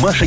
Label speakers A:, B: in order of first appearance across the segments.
A: Маша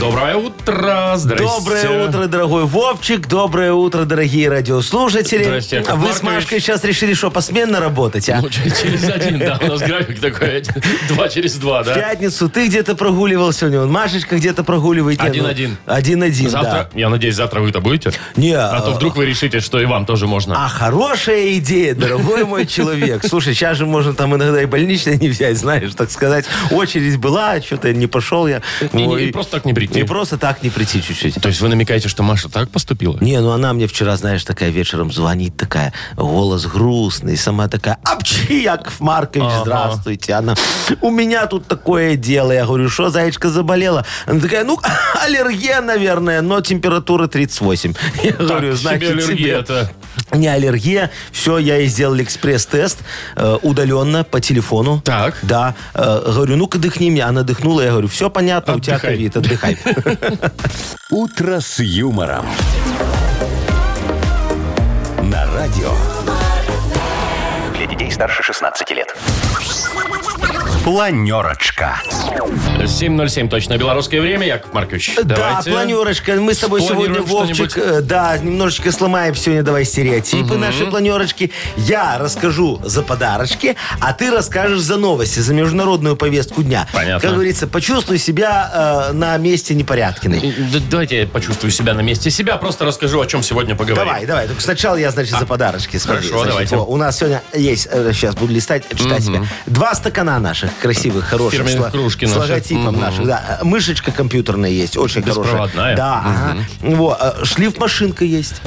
B: Доброе утро! Здрасте.
C: Доброе утро, дорогой Вовчик. Доброе утро, дорогие радиослушатели.
B: Здрасте, Яков
C: А Вы с
B: Маркович.
C: Машкой сейчас решили, что посменно работать, а?
B: Ну, ч- через один, да, у нас график такой. один- Два через два,
C: В
B: да?
C: пятницу ты где-то прогуливал сегодня, он Машечка где-то прогуливает. Не, ну,
B: Один-один.
C: Один-один,
B: Завтра,
C: да.
B: я надеюсь, завтра вы-то будете?
C: Не,
B: А то
C: а-
B: вдруг вы решите, что и вам тоже можно.
C: А хорошая идея, дорогой мой человек. Слушай, сейчас же можно там иногда и больничное не взять, знаешь, так сказать. Очередь была, что-то не пошел я.
B: И не-
C: Ой.
B: и просто так не прийти.
C: И просто так не прийти чуть-чуть.
B: То есть вы намекаете, что Маша так поступила?
C: Не, ну она мне вчера, знаешь, такая вечером звонит, такая, голос грустный, сама такая, апчи, Яков Маркович,
B: Ага.
C: здравствуйте. Она, у меня тут такое дело. Я говорю, что, зайчка заболела? Она такая, ну, аллергия, наверное, но температура 38. Я говорю,
B: тебе
C: значит, тебе
B: аллергия-то».
C: не аллергия. Все, я ей сделал экспресс-тест э, удаленно по телефону.
B: Так.
C: Да. Э, говорю, ну-ка дыхни мне. Она дыхнула. Я говорю, все понятно, у тебя
B: Отдыхай.
C: ковид, отдыхай.
A: «Утро с юмором». На радио. Для детей старше 16 лет. Планерочка.
B: 7.07 точно белорусское время, Яков Маркович. Давайте.
C: Да, планерочка. Мы с тобой сегодня,
B: Планируем
C: Вовчик,
B: что-нибудь?
C: э, да, немножечко сломаем сегодня давай стереотипы нашей планерочки. Я расскажу за подарочки, а ты расскажешь за новости, за международную повестку дня.
B: Понятно.
C: Как говорится, почувствуй себя э, на месте непорядкиной.
B: Д- Э, Давайте я почувствую себя на месте себя, просто расскажу, о чем сегодня поговорим.
C: Давай, давай. Только сначала я, значит, за подарочки. Смотри,
B: А, хорошо,
C: значит,
B: давайте.
C: во, у нас сегодня есть, сейчас буду листать, читать себя. Два стакана наших красивых, хороших.
B: Фирменных
C: с ло-
B: кружки
C: С
B: наши.
C: логотипом
B: Мгм.
C: наших, да. Мышечка компьютерная есть, очень
B: Беспроводная?
C: хорошая. Да, ага. Во, э, шлиф-машинка есть.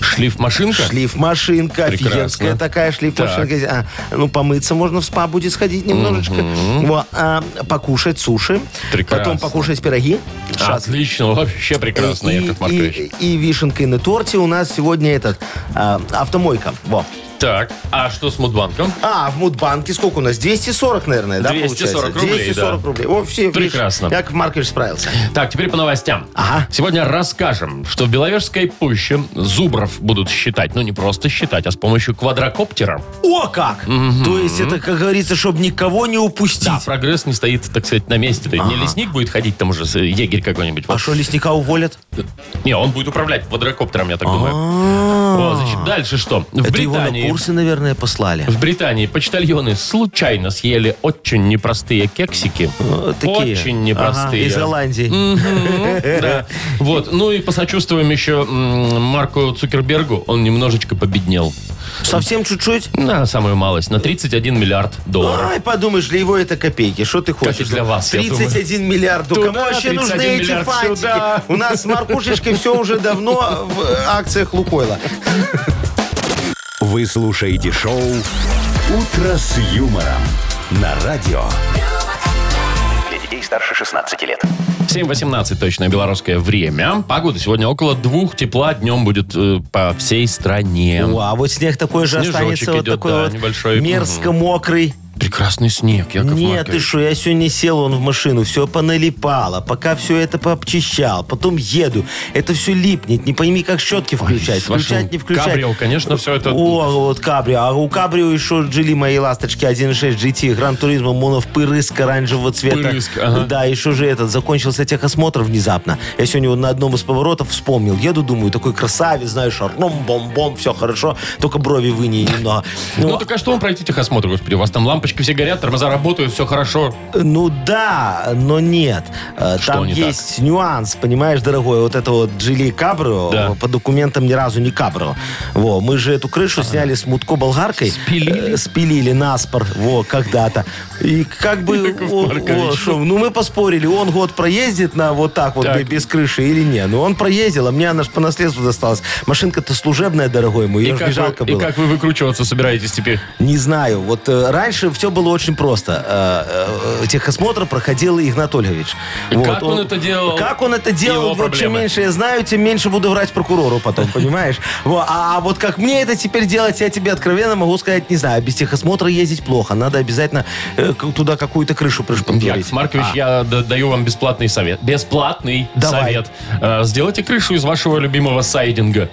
B: Шлиф-машинка?
C: Шлифмашинка,
B: Прекрасно.
C: офигенская такая шлифмашинка. А, ну, помыться можно в спа будет сходить немножечко. Во, а, покушать суши.
B: Прекрасно. А,
C: Потом покушать пироги. шашлык.
B: Отлично, вообще прекрасно,
C: и,
B: Яков Маркович.
C: и- и вишенкой на торте у нас сегодня этот а, автомойка. Во.
B: Так, а что с Мудбанком?
C: А, в Мудбанке сколько у нас? 240, наверное, да,
B: 240
C: получается?
B: рублей,
C: 240
B: да.
C: рублей. Во, все, видишь,
B: Прекрасно.
C: Яков Маркович справился.
B: Так, теперь по новостям.
C: Ага.
B: Сегодня расскажем, что в Беловежской пуще зубров будут считать, ну не просто считать, а с помощью квадрокоптера.
C: О, как! То есть это, как говорится, чтобы никого не упустить.
B: Да, прогресс не стоит, так сказать, на месте. То есть Не лесник будет ходить там уже, с- э, егерь какой-нибудь.
C: А что, лесника уволят?
B: Не, он будет управлять квадрокоптером, я так думаю. О, значит, дальше что? В
C: А. Это его на
B: Британии...
C: курсы, наверное, послали.
B: В Британии почтальоны случайно съели очень непростые кексики.
C: Э, такие.
B: Очень
C: Ага,
B: непростые.
C: из Голландии.
B: Да. Вот. Ну и посочувствуем еще м, Марку Цукербергу. Он немножечко победнел.
C: Совсем чуть-чуть?
B: На самую малость. На 31 миллиард долларов.
C: Ай, подумаешь, для его это копейки. Что ты хочешь?
B: для вас, я
C: 31 миллиард. Ну, Кому
B: Туда,
C: вообще нужны
B: 31
C: эти
B: миллиард сюда.
C: фантики? У нас с Маркушечкой все уже давно в э, акциях Лукойла.
A: Вы слушаете шоу «Утро с юмором» на радио. Для детей старше 16 лет.
B: 7.18 точное белорусское время. Погода сегодня около двух тепла. Днем будет э, по всей стране.
C: О, а вот снег такой же
B: Снежочек
C: останется. Вот
B: идет,
C: такой
B: да,
C: вот
B: небольшой.
C: мерзко мокрый.
B: Прекрасный снег, Яков
C: Нет, ты
B: Маркович.
C: что, я сегодня сел он в машину, все поналипало, пока все это пообчищал, потом еду. Это все липнет, не пойми, как щетки включать.
B: с вашим
C: включать, не включать.
B: кабрио, конечно, всё это-
C: О, вот кабрио. А у кабрио еще джили мои ласточки 1.6 GT, Гран Туризма, моновпырыск оранжевого цвета.
B: Впырыск, ага.
C: Да, еще же этот, закончился техосмотр внезапно. Я сегодня вот на одном из поворотов вспомнил. Еду, думаю, такой красавец, знаешь, ром-бом-бом, все хорошо, только брови выни немного.
B: Ну так а что вам пройти техосмотр, господи? У вас там лампочки все горят, тормоза работают, все хорошо.
C: Ну да, но нет. Э,
B: Что
C: Там
B: не
C: есть нюанс, понимаешь, дорогой. Вот это вот Джили Кабрио
B: Да.
C: по документам ни разу не Кабрио. Во, мы же эту крышу сняли с мутко болгаркой.
B: Спилили?
C: Э, Спилили наспор, во, когда-то. И как бы...
B: Яков
C: о,
B: Маркович.
C: о, шо, Ну мы поспорили, он год проездит на вот так вот
B: Так.
C: бе- без крыши или не. Ну он проездил, а мне она ж по наследству досталась. Машинка-то служебная, дорогой мой, ее ж не
B: как,
C: жалко
B: вы, и
C: было.
B: как вы выкручиваться собираетесь теперь?
C: Не знаю. Вот э, раньше в все было очень просто. Э, э, Техосмотр проходил Игнат Ольгович.
B: И как он это делал?
C: Как он это делал?
B: Его
C: вот чем
B: проблемы.
C: меньше я знаю, тем меньше буду врать прокурору потом, понимаешь? Во, А вот как мне это теперь делать, я тебе откровенно могу сказать, не знаю. Без техосмотра ездить плохо. Надо обязательно э, к- туда какую-то крышу А,
B: Яков
C: пришпандерить.
B: Маркович, я да- даю вам бесплатный совет. Бесплатный
C: Давай.
B: совет. Э, Сделайте крышу из вашего любимого сайдинга.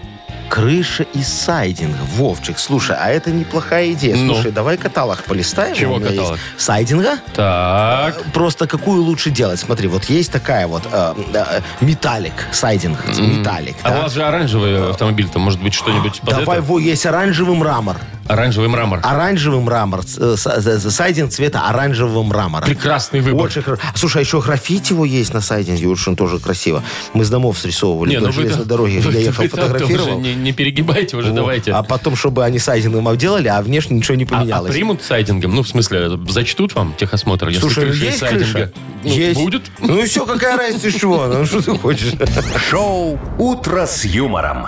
C: Крыша из сайдинга. Вовчик, слушай, а это неплохая идея.
B: Ну.
C: Слушай, давай каталог полистаем.
B: Чего
C: У меня есть.
B: каталог?
C: Сайдинга?
B: Так.
C: Просто какую лучше делать? Смотри, вот есть такая вот э, э, металлик, сайдинг, металлик.
B: А
C: да?
B: у вас же оранжевый автомобиль, там может быть что-нибудь под
C: Давай,
B: это?
C: во, есть оранжевый мрамор.
B: Оранжевый мрамор.
C: Оранжевый мрамор. э, са- за- за- Сайдинг цвета оранжевого мрамора.
B: Прекрасный выбор.
C: Очень хоро- Слушай, а еще граффити его есть на сайдинге, очень тоже красиво. Мы с домов срисовывали вдоль
B: вы-то-
C: железной дороги,
B: вы-то-
C: я ехал,
B: вы-то
C: фотографировал.
B: уже Не, не перегибайте уже,
C: Вот.
B: давайте.
C: А потом, чтобы они сайдингом обделали, а внешне ничего не
B: А- а
C: поменялось.
B: примут сайдингом? Ну, в смысле, зачтут вам техосмотр, если
C: Слушай,
B: крыша из
C: есть
B: сайдинга?
C: крыша?
B: Ну,
C: есть.
B: Будет?
C: Ну и все, какая разница, из чего? Ну что ты хочешь?
A: Шоу «Утро с юмором».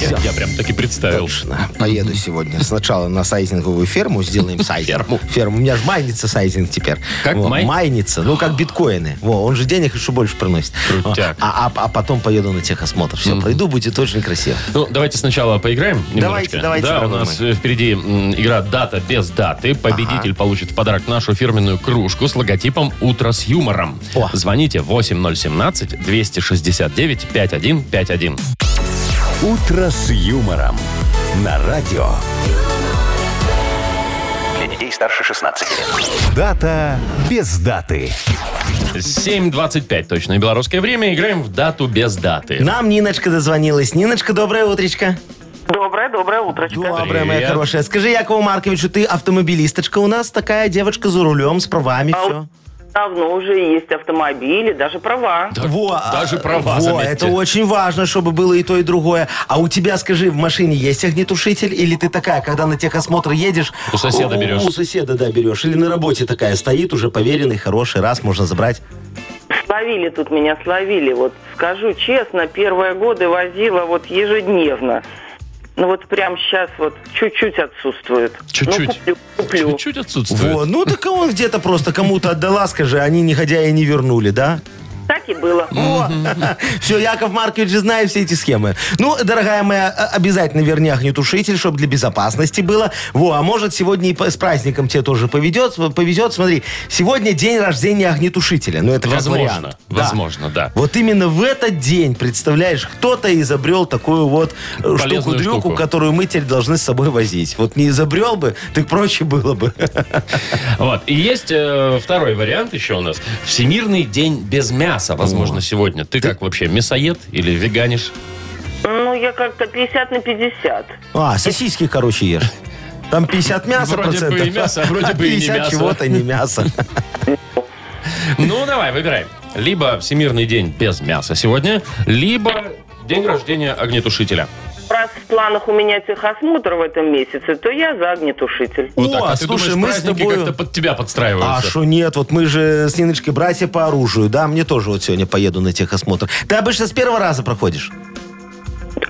B: Я, я прям таки представил.
C: Точно. Поеду сегодня. Сначала на сайдинговую ферму сделаем сайдинг.
B: Ферму.
C: Ферму. У меня же майнится сайдинг теперь.
B: Как?
C: Во,
B: Май?
C: Майнится. Ну, как биткоины. Во, он же денег еще больше приносит.
B: Крутяк.
C: А, а- а потом поеду на техосмотр. Все, пройду, будет очень красиво.
B: Ну, давайте сначала поиграем немножечко.
C: Давайте, давайте,
B: Да, у
C: дорогой
B: нас э, впереди м, игра «Дата без даты». Победитель получит в подарок нашу фирменную кружку с логотипом «Утро с юмором».
C: О.
B: Звоните 8017-269-5151.
A: «Утро с юмором» на радио. Для детей старше 16 лет. Дата без даты.
B: 7.25 точное белорусское время. Играем в «Дату без даты».
C: Нам Ниночка дозвонилась. Ниночка, доброе утречко.
D: Доброе, доброе утрочко.
C: Доброе, моя
B: Привет.
C: хорошая. Скажи, Якову Марковичу, ты автомобилисточка у нас, такая девочка за рулем, с правами,
D: А
C: все.
D: у- Давно уже есть автомобили, даже права.
B: Да, даже права,
C: а, Во,
B: заметьте.
C: это очень важно, чтобы было и то, и другое. А у тебя, скажи, в машине есть огнетушитель? Или ты такая, когда на техосмотр едешь...
B: У соседа берешь.
C: У соседа, да, берешь. Или на работе такая стоит, уже поверенный, хороший, раз можно забрать.
D: Словили тут меня, словили. Вот скажу честно, первые годы возила вот ежедневно. Ну вот прям сейчас вот чуть-чуть отсутствует.
B: Чуть-чуть.
D: Ну, куплю, куплю.
B: Чуть-чуть отсутствует.
C: Во, ну так он где-то просто кому-то отдала, скажи, они негодяи не вернули, да?
D: Так и было.
C: Все, Яков Маркович же знает все эти схемы. Ну, дорогая моя, а- обязательно верни огнетушитель, чтобы для безопасности было. Во, а может, сегодня и по- с праздником тебе тоже поведет, повезет. Смотри, сегодня день рождения огнетушителя. Ну, это как
B: Возможно,
C: вариант. Да.
B: возможно, да.
C: Вот именно в этот день, представляешь, кто-то изобрел такую вот э,
B: Полезную штуку.
C: штуку-дрюку, которую мы теперь должны с собой возить. Вот не изобрел бы, так проще было бы.
B: Вот. И есть э, второй вариант еще у нас. Всемирный день без мяса, возможно, сегодня. Ты как вообще, мясоед или веганишь?
D: Ну я как-то 50 на 50.
C: А, сосиски, короче, ешь. Там 50 мяса
B: Вроде бы и
C: процентов.
B: мясо, а вроде бы и не
C: 50
B: мясо.
C: чего-то не мясо.
B: Ну, давай, выбирай. Либо Всемирный день без мяса сегодня, либо день рождения огнетушителя.
D: Раз в планах у меня техосмотр в этом месяце, то я за огнетушитель.
B: Вот
C: О,
B: так. А ты
C: слушай,
B: думаешь,
C: мы с
B: праздники
C: тобою-
B: как-то под тебя
C: А
B: подстраиваются?
C: что нет, вот мы же с Ниночкой братья по оружию, да, мне тоже вот сегодня поеду на техосмотр. Ты обычно с первого раза проходишь?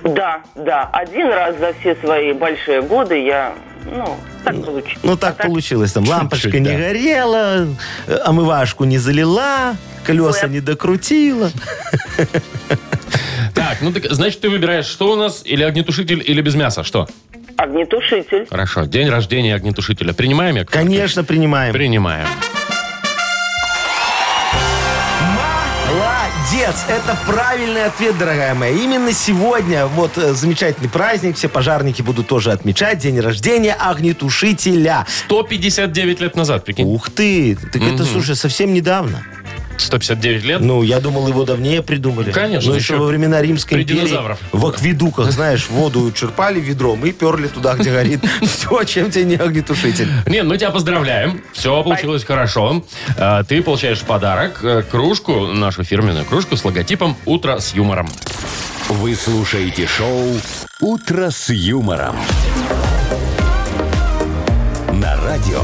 D: Да, да. Один раз за все свои большие годы я, ну, так получилось.
C: Ну так
D: А
C: получилось, там
B: чуть-чуть,
C: лампочка не
B: да.
C: горела, э, омывашку не залила, колеса
D: Ой,
C: не докрутила.
B: Так, ну так, значит, ты выбираешь, что у нас, или огнетушитель, или без мяса, что?
D: Огнетушитель.
B: Хорошо, день рождения огнетушителя. Принимаем, я?
C: Конечно, принимаем.
B: Принимаем.
C: Молодец! Это правильный ответ, дорогая моя. Именно сегодня вот э, замечательный праздник. Все пожарники будут тоже отмечать день рождения огнетушителя.
B: 159 лет назад, прикинь.
C: Ух ты! Так это, слушай, совсем недавно.
B: 159 лет.
C: Ну, я думал, его давнее придумали.
B: Конечно,
C: Но еще
B: еще
C: во времена Римской
B: при
C: империи
B: динозаврах.
C: в акведуках, знаешь, воду черпали ведром и перли туда, где горит. Все, чем тебе не огнетушитель.
B: Не, ну тебя поздравляем. Все получилось хорошо. А, Ты получаешь в подарок э, кружку, нашу фирменную кружку с логотипом «Утро с юмором».
A: Вы слушаете шоу «Утро с юмором». На радио.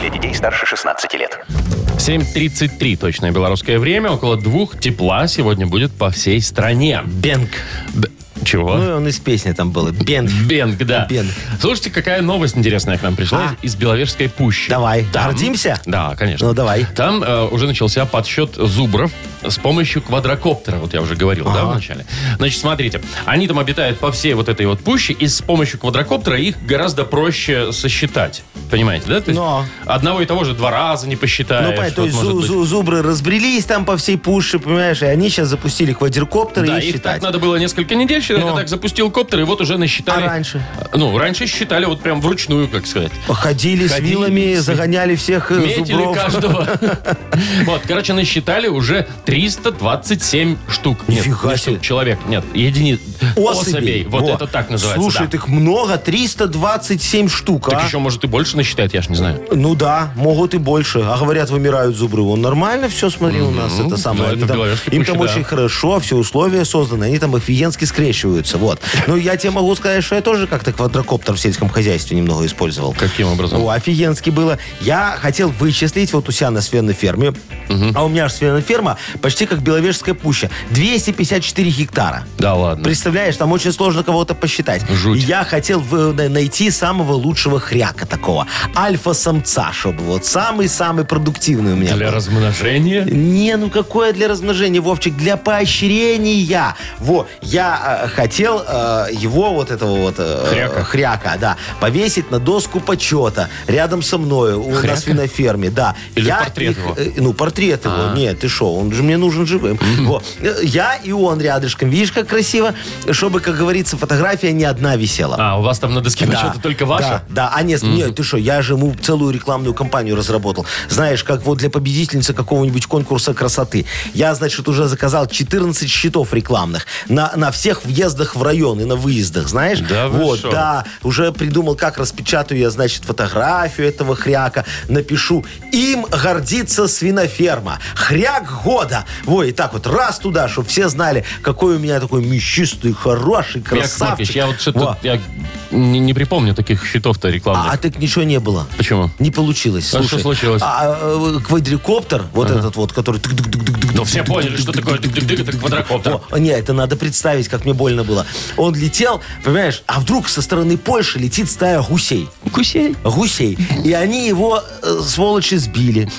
A: Для детей старше 16 лет.
B: 7.33 точное белорусское время. Около двух тепла сегодня будет по всей стране.
C: Бенг.
B: Б- Чего?
C: Ну и он из песни там был. Бенг. Ну,
B: Бенг, да.
C: Бенг.
B: Слушайте, какая новость интересная к нам пришла
C: А?
B: из Беловежской пущи.
C: Давай.
B: Там-
C: Гордимся?
B: Да, конечно.
C: Ну, давай.
B: Там э, уже начался подсчет зубров с помощью квадрокоптера. Вот я уже говорил, да, вначале. Значит, смотрите, они там обитают по всей вот этой вот пуще, и с помощью квадрокоптера их гораздо проще сосчитать. Понимаете, да? То есть
C: Но.
B: одного и того же два раза не посчитаешь.
C: Ну, понятно, то
B: Вот
C: есть
B: может
C: зу-
B: быть.
C: зу- зубры разбрелись там по всей пуше, понимаешь, и они сейчас запустили квадрокоптер
B: Да,
C: и
B: их так
C: считать.
B: надо было несколько недель считать,
C: Ну.
B: а так запустил коптер, и вот уже насчитали.
C: А раньше?
B: Ну, раньше считали вот прям вручную, как сказать.
C: Ходили, с
B: Ходили,
C: вилами,
B: с-
C: загоняли всех э,
B: Метили
C: зубров.
B: каждого. Вот, короче, насчитали уже 327 штук. Нет,
C: Нифига
B: не
C: себе.
B: штук, человек. Нет, единиц. Особей. Вот
C: Во.
B: это так называется.
C: Слушай,
B: да.
C: так много, 327 штук,
B: Так
C: а?
B: еще, может, и больше насчитает, я ж не знаю.
C: Ну да, могут и больше. А говорят, вымирают зубры. Он нормально все, смотри, у нас это самое.
B: да,
C: Они
B: это
C: там-
B: белорусский
C: им
B: пуще,
C: там
B: да.
C: очень хорошо, а все условия созданы. Они там офигенски скрещиваются. Вот. Ну, я тебе могу сказать, что я тоже как-то квадрокоптер в сельском хозяйстве немного использовал.
B: Каким образом?
C: О, офигенски было. Я хотел вычислить вот у себя на свиной ферме. А у меня же свиная ферма почти как Беловежская пуща. 254 гектара.
B: Да ладно.
C: Представляешь, там очень сложно кого-то посчитать.
B: Жуть.
C: И Я хотел в- э, на- найти самого лучшего хряка такого. Альфа-самца, чтобы вот самый-самый продуктивный у меня
B: Для
C: был.
B: размножения.
C: Не, ну какое для размножения, Вовчик, для поощрения. Во, я э, хотел э, его, вот этого вот э,
B: Хряка.
C: хряка, да, повесить на доску почета рядом со мною у
B: Хряка?
C: нас на ферме, да.
B: Или
C: Я
B: портрет
C: их,
B: его? А.
C: э, ну, портрет его, нет, ты шо, он же мне нужен живым. Во. Э, Я и он рядышком, видишь, как красиво, чтобы, как говорится, фотография не одна висела.
B: А, у вас там на доске почета только ваша?
C: Да, да. а нет, нет, ты что, я же ему целую рекламную кампанию разработал. Знаешь, как вот для победительницы какого-нибудь конкурса красоты. Я, значит, уже заказал 14 щитов рекламных на, на всех въездах в район и на выездах, знаешь?
B: Да вы
C: Вот,
B: шо?
C: да. Уже придумал, как распечатаю я, значит, фотографию этого хряка, напишу. Им гордится свиноферма. Хряк года. Во, и так вот раз туда, чтобы все знали, какой у меня такой мясистый, хороший,
B: Яков Маркович,
C: красавчик.
B: я вот
C: Во.
B: что-то я не, не припомню таких счетов-то
C: А,
B: рекламных.
C: а так ничего не было.
B: Почему?
C: Не получилось.
B: А
C: Слушай,
B: что случилось?
C: а, э, квадрикоптер, вот этот вот, который...
B: Ну, все поняли, что такое дык-дык-дык, это квадрокоптер.
C: О, не, это надо представить, как мне больно было. Он летел, понимаешь, а вдруг со стороны Польши летит стая гусей.
B: Кусей.
C: Гусей. И они его, э, сволочи, сбили.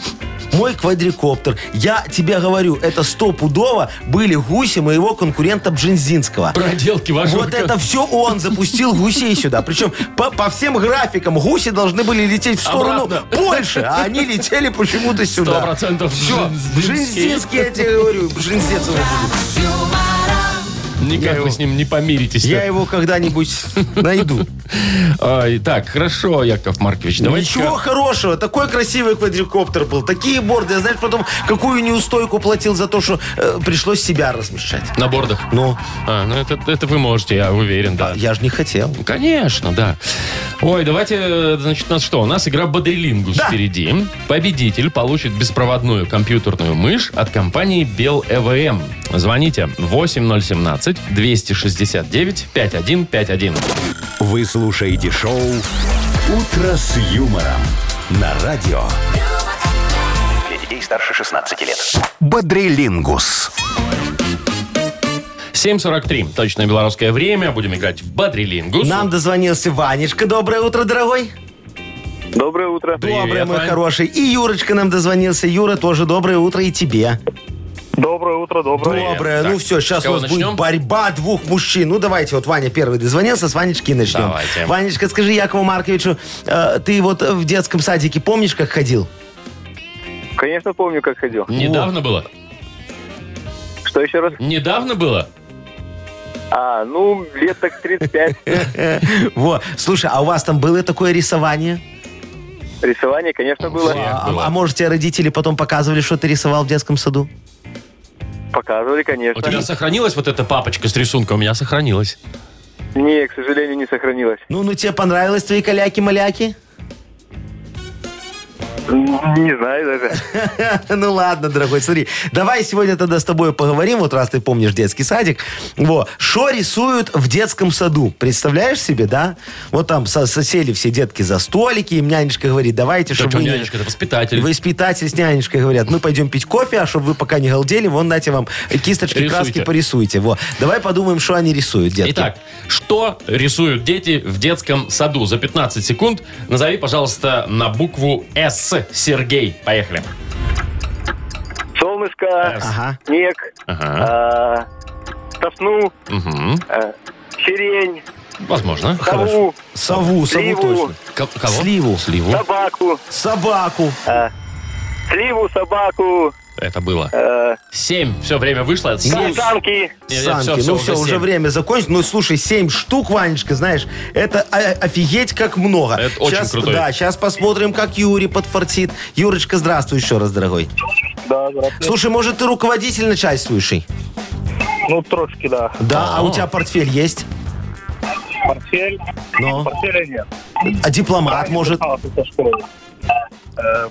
C: Мой квадрикоптер. Я тебе говорю, это стопудово были гуси моего конкурента Бжензинского.
B: Проделки вашего.
C: Вот это все он запустил гусей сюда. Причем по, по всем графикам гуси должны были лететь в сторону
B: Обратно.
C: Польши, а они летели почему-то сюда.
B: Сто процентов
C: Все,
B: Бжезинский.
C: Бжезинский, я тебе говорю, Бжезинец он будет.
B: Никак вы с ним не помиритесь.
C: Я его когда-нибудь найду.
B: Ай, так, хорошо, Яков Маркович, давайте.
C: Ничего хорошего. Такой красивый квадрикоптер был. Такие борды. Я, знаешь, потом какую неустойку платил за то, что э, пришлось себя размещать.
B: На бордах.
C: Ну, а
B: А, ну это, это вы можете, я уверен, да.
C: я же не хотел.
B: Конечно, да. Ой, давайте, э, значит, у нас что? У нас игра Бодрилингус
C: Да.
B: впереди. Победитель получит беспроводную компьютерную мышь от компании Бел ЭВМ. Звоните 8017-269-5151.
A: Вы слушаете шоу «Утро с юмором» на радио. Для детей старше 16 лет. Бодрилингус.
B: 7.43. Точное белорусское время. Будем играть в Бодрилингус.
C: Нам дозвонился Ванечка. Доброе утро, дорогой.
E: Доброе утро.
B: Привет,
C: доброе, мой
B: Вань.
C: хороший. И Юрочка нам дозвонился. Юра, тоже доброе утро и тебе.
E: Доброе утро, доброе.
C: Доброе.
B: Так,
C: Ну все,
B: с
C: сейчас у
B: кого
C: нас
B: начнем?
C: будет борьба двух мужчин. Ну давайте, вот Ваня первый дозвонился, с Ванечки и начнем.
B: Давайте.
C: Ванечка, скажи Якову Марковичу, э, ты вот в детском садике помнишь, как ходил?
E: Конечно, помню, как ходил.
B: Недавно было?
E: Что еще раз?
B: Недавно было?
E: А, ну, лет так 35.
C: Во. Слушай, а у вас там было такое рисование?
E: Рисование, конечно, было.
C: А,
B: было.
C: а может, тебе родители потом показывали, что ты рисовал в детском саду?
E: Показывали,
B: У тебя
E: конечно.
B: сохранилась вот эта папочка с рисунком? У меня сохранилась.
E: Не, к сожалению, не сохранилось.
C: Ну, ну тебе понравилось твои каляки-маляки?
E: Не знаю даже.
C: Ну ладно, дорогой, смотри. Давай сегодня тогда с тобой поговорим, вот раз ты помнишь детский садик. Вот. Что рисуют в детском саду? Представляешь себе, да? Вот там со- со- сели все детки за столики, им нянечка говорит, давайте,
B: Да
C: чтобы
B: что
C: вы не-
B: нянечка, это воспитатель.
C: Воспитатель с нянечкой говорят, мы пойдем пить кофе, а чтобы вы пока не галдели, вон, дайте вам кисточки,
B: Рисуйте.
C: краски порисуйте. Вот. Давай подумаем, что они рисуют, детки.
B: Итак, что рисуют дети в детском саду? За 15 секунд назови, пожалуйста, на букву «С». Сергей, поехали.
E: Солнышко,
B: С.
C: Ага.
E: снег,
B: Ага.
E: а, сосну,
B: Мгм.
E: а, сирень,
B: Возможно.
E: сову,
C: Сову, сову
E: Сливу.
C: точно.
B: Ко- кого?
C: Сливу.
B: А Сливу.
E: собаку,
C: Собаку.
E: сливу, собаку,
B: Это было.
E: а,
B: Семь. Все, время вышло. Семь.
E: каштанки.
B: Нет, нет,
C: Санки.
B: всё, всё,
C: ну все, уже,
B: семь.
C: время закончилось. Ну слушай, 7 штук, Ванечка, знаешь, это о- офигеть как много.
B: Это очень
C: Щас-
B: крутой.
C: Да, сейчас посмотрим, как Юрий подфартит. Юрочка, здравствуй еще раз, дорогой.
E: Да, здравствуйте.
C: Слушай, может, ты руководитель начальствующий?
E: Ну, трошки, да.
C: Да, а у тебя портфель есть?
E: Портфель.
C: Ну,
E: Портфеля нет. А,
C: а дипломат, может?
E: Э,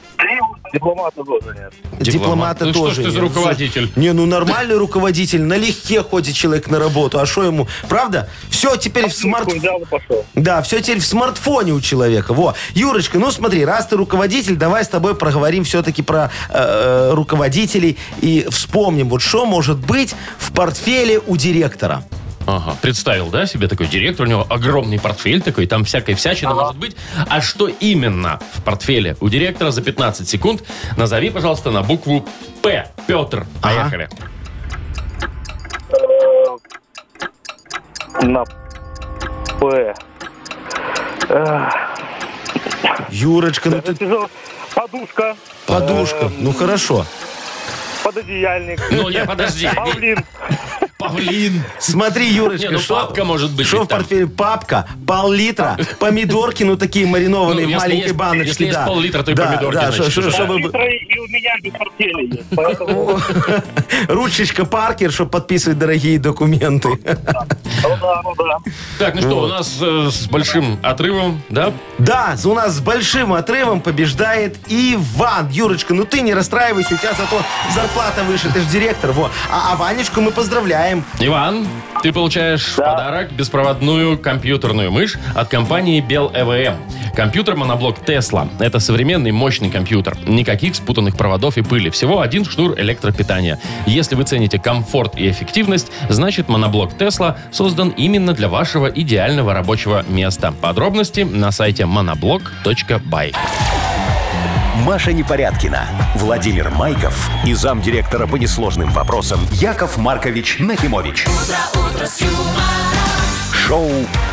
E: Дипломата тоже нет.
C: Дипломата
B: Ну, что ж
C: тоже.
B: ты за
C: нет.
B: руководитель?
C: Не, ну нормальный руководитель, налегке ходит человек на работу, а что ему, правда? Все теперь в смартфоне.
E: пошел.
C: Да, все теперь в смартфоне у человека. Во. Юрочка, ну смотри, раз ты руководитель, давай с тобой проговорим все-таки про э, э, руководителей и вспомним, вот что может быть в портфеле у директора.
B: Ага, представил, да, себе такой директор, у него огромный портфель такой, там всякая всячина может быть. А что именно в портфеле у директора за 15 секунд? Назови, пожалуйста, на букву «П». Петр, поехали.
E: На П.
C: Юрочка, ну
F: Э,
C: ты
E: Тяжело. Подушка,
C: подушка. Ну хорошо.
E: пододеяльник,
B: Ну, я подожди.
E: павлин.
B: Павлин.
C: Смотри,
B: Не,
C: Юрочка,
B: ну
C: что,
B: папка может быть
C: что
B: ведь
C: в
B: там.
C: портфеле? Папка, пол-литра, помидорки, ну такие
B: Ну,
C: маринованные в
B: если
C: маленькой
B: есть-
C: баночке.
B: если есть
C: да.
B: пол-литра, то и
C: Да,
B: помидорки,
C: да,
B: значит,
C: шо- шо-
B: уже.
C: чтобы-
E: И у меня без портфеля есть. Поэтому
C: Ручечка Паркер, чтобы подписывать дорогие документы.
E: ну да, ну да.
B: Так, ну что, у нас э, с большим отрывом, да?
C: Да, у нас с большим отрывом побеждает Иван. Юрочка, ну ты не расстраивайся, у тебя зато зарплата выше, ты же директор. Во. А, а Ванечку мы поздравляем.
B: Иван, ты получаешь в подарок беспроводную компьютерную мышь от компании Bell EVM. Компьютер моноблок Tesla. Это современный мощный компьютер. Никаких спутанных проводов и пыли. Всего один шнур электропитания. Если вы цените комфорт и эффективность, значит моноблок Tesla создан именно для вашего идеального рабочего места. Подробности на сайте monoblock.by.
A: Маша Непорядкина, Владимир Майков и замдиректора по несложным вопросам Яков Маркович Нахимович. Шоу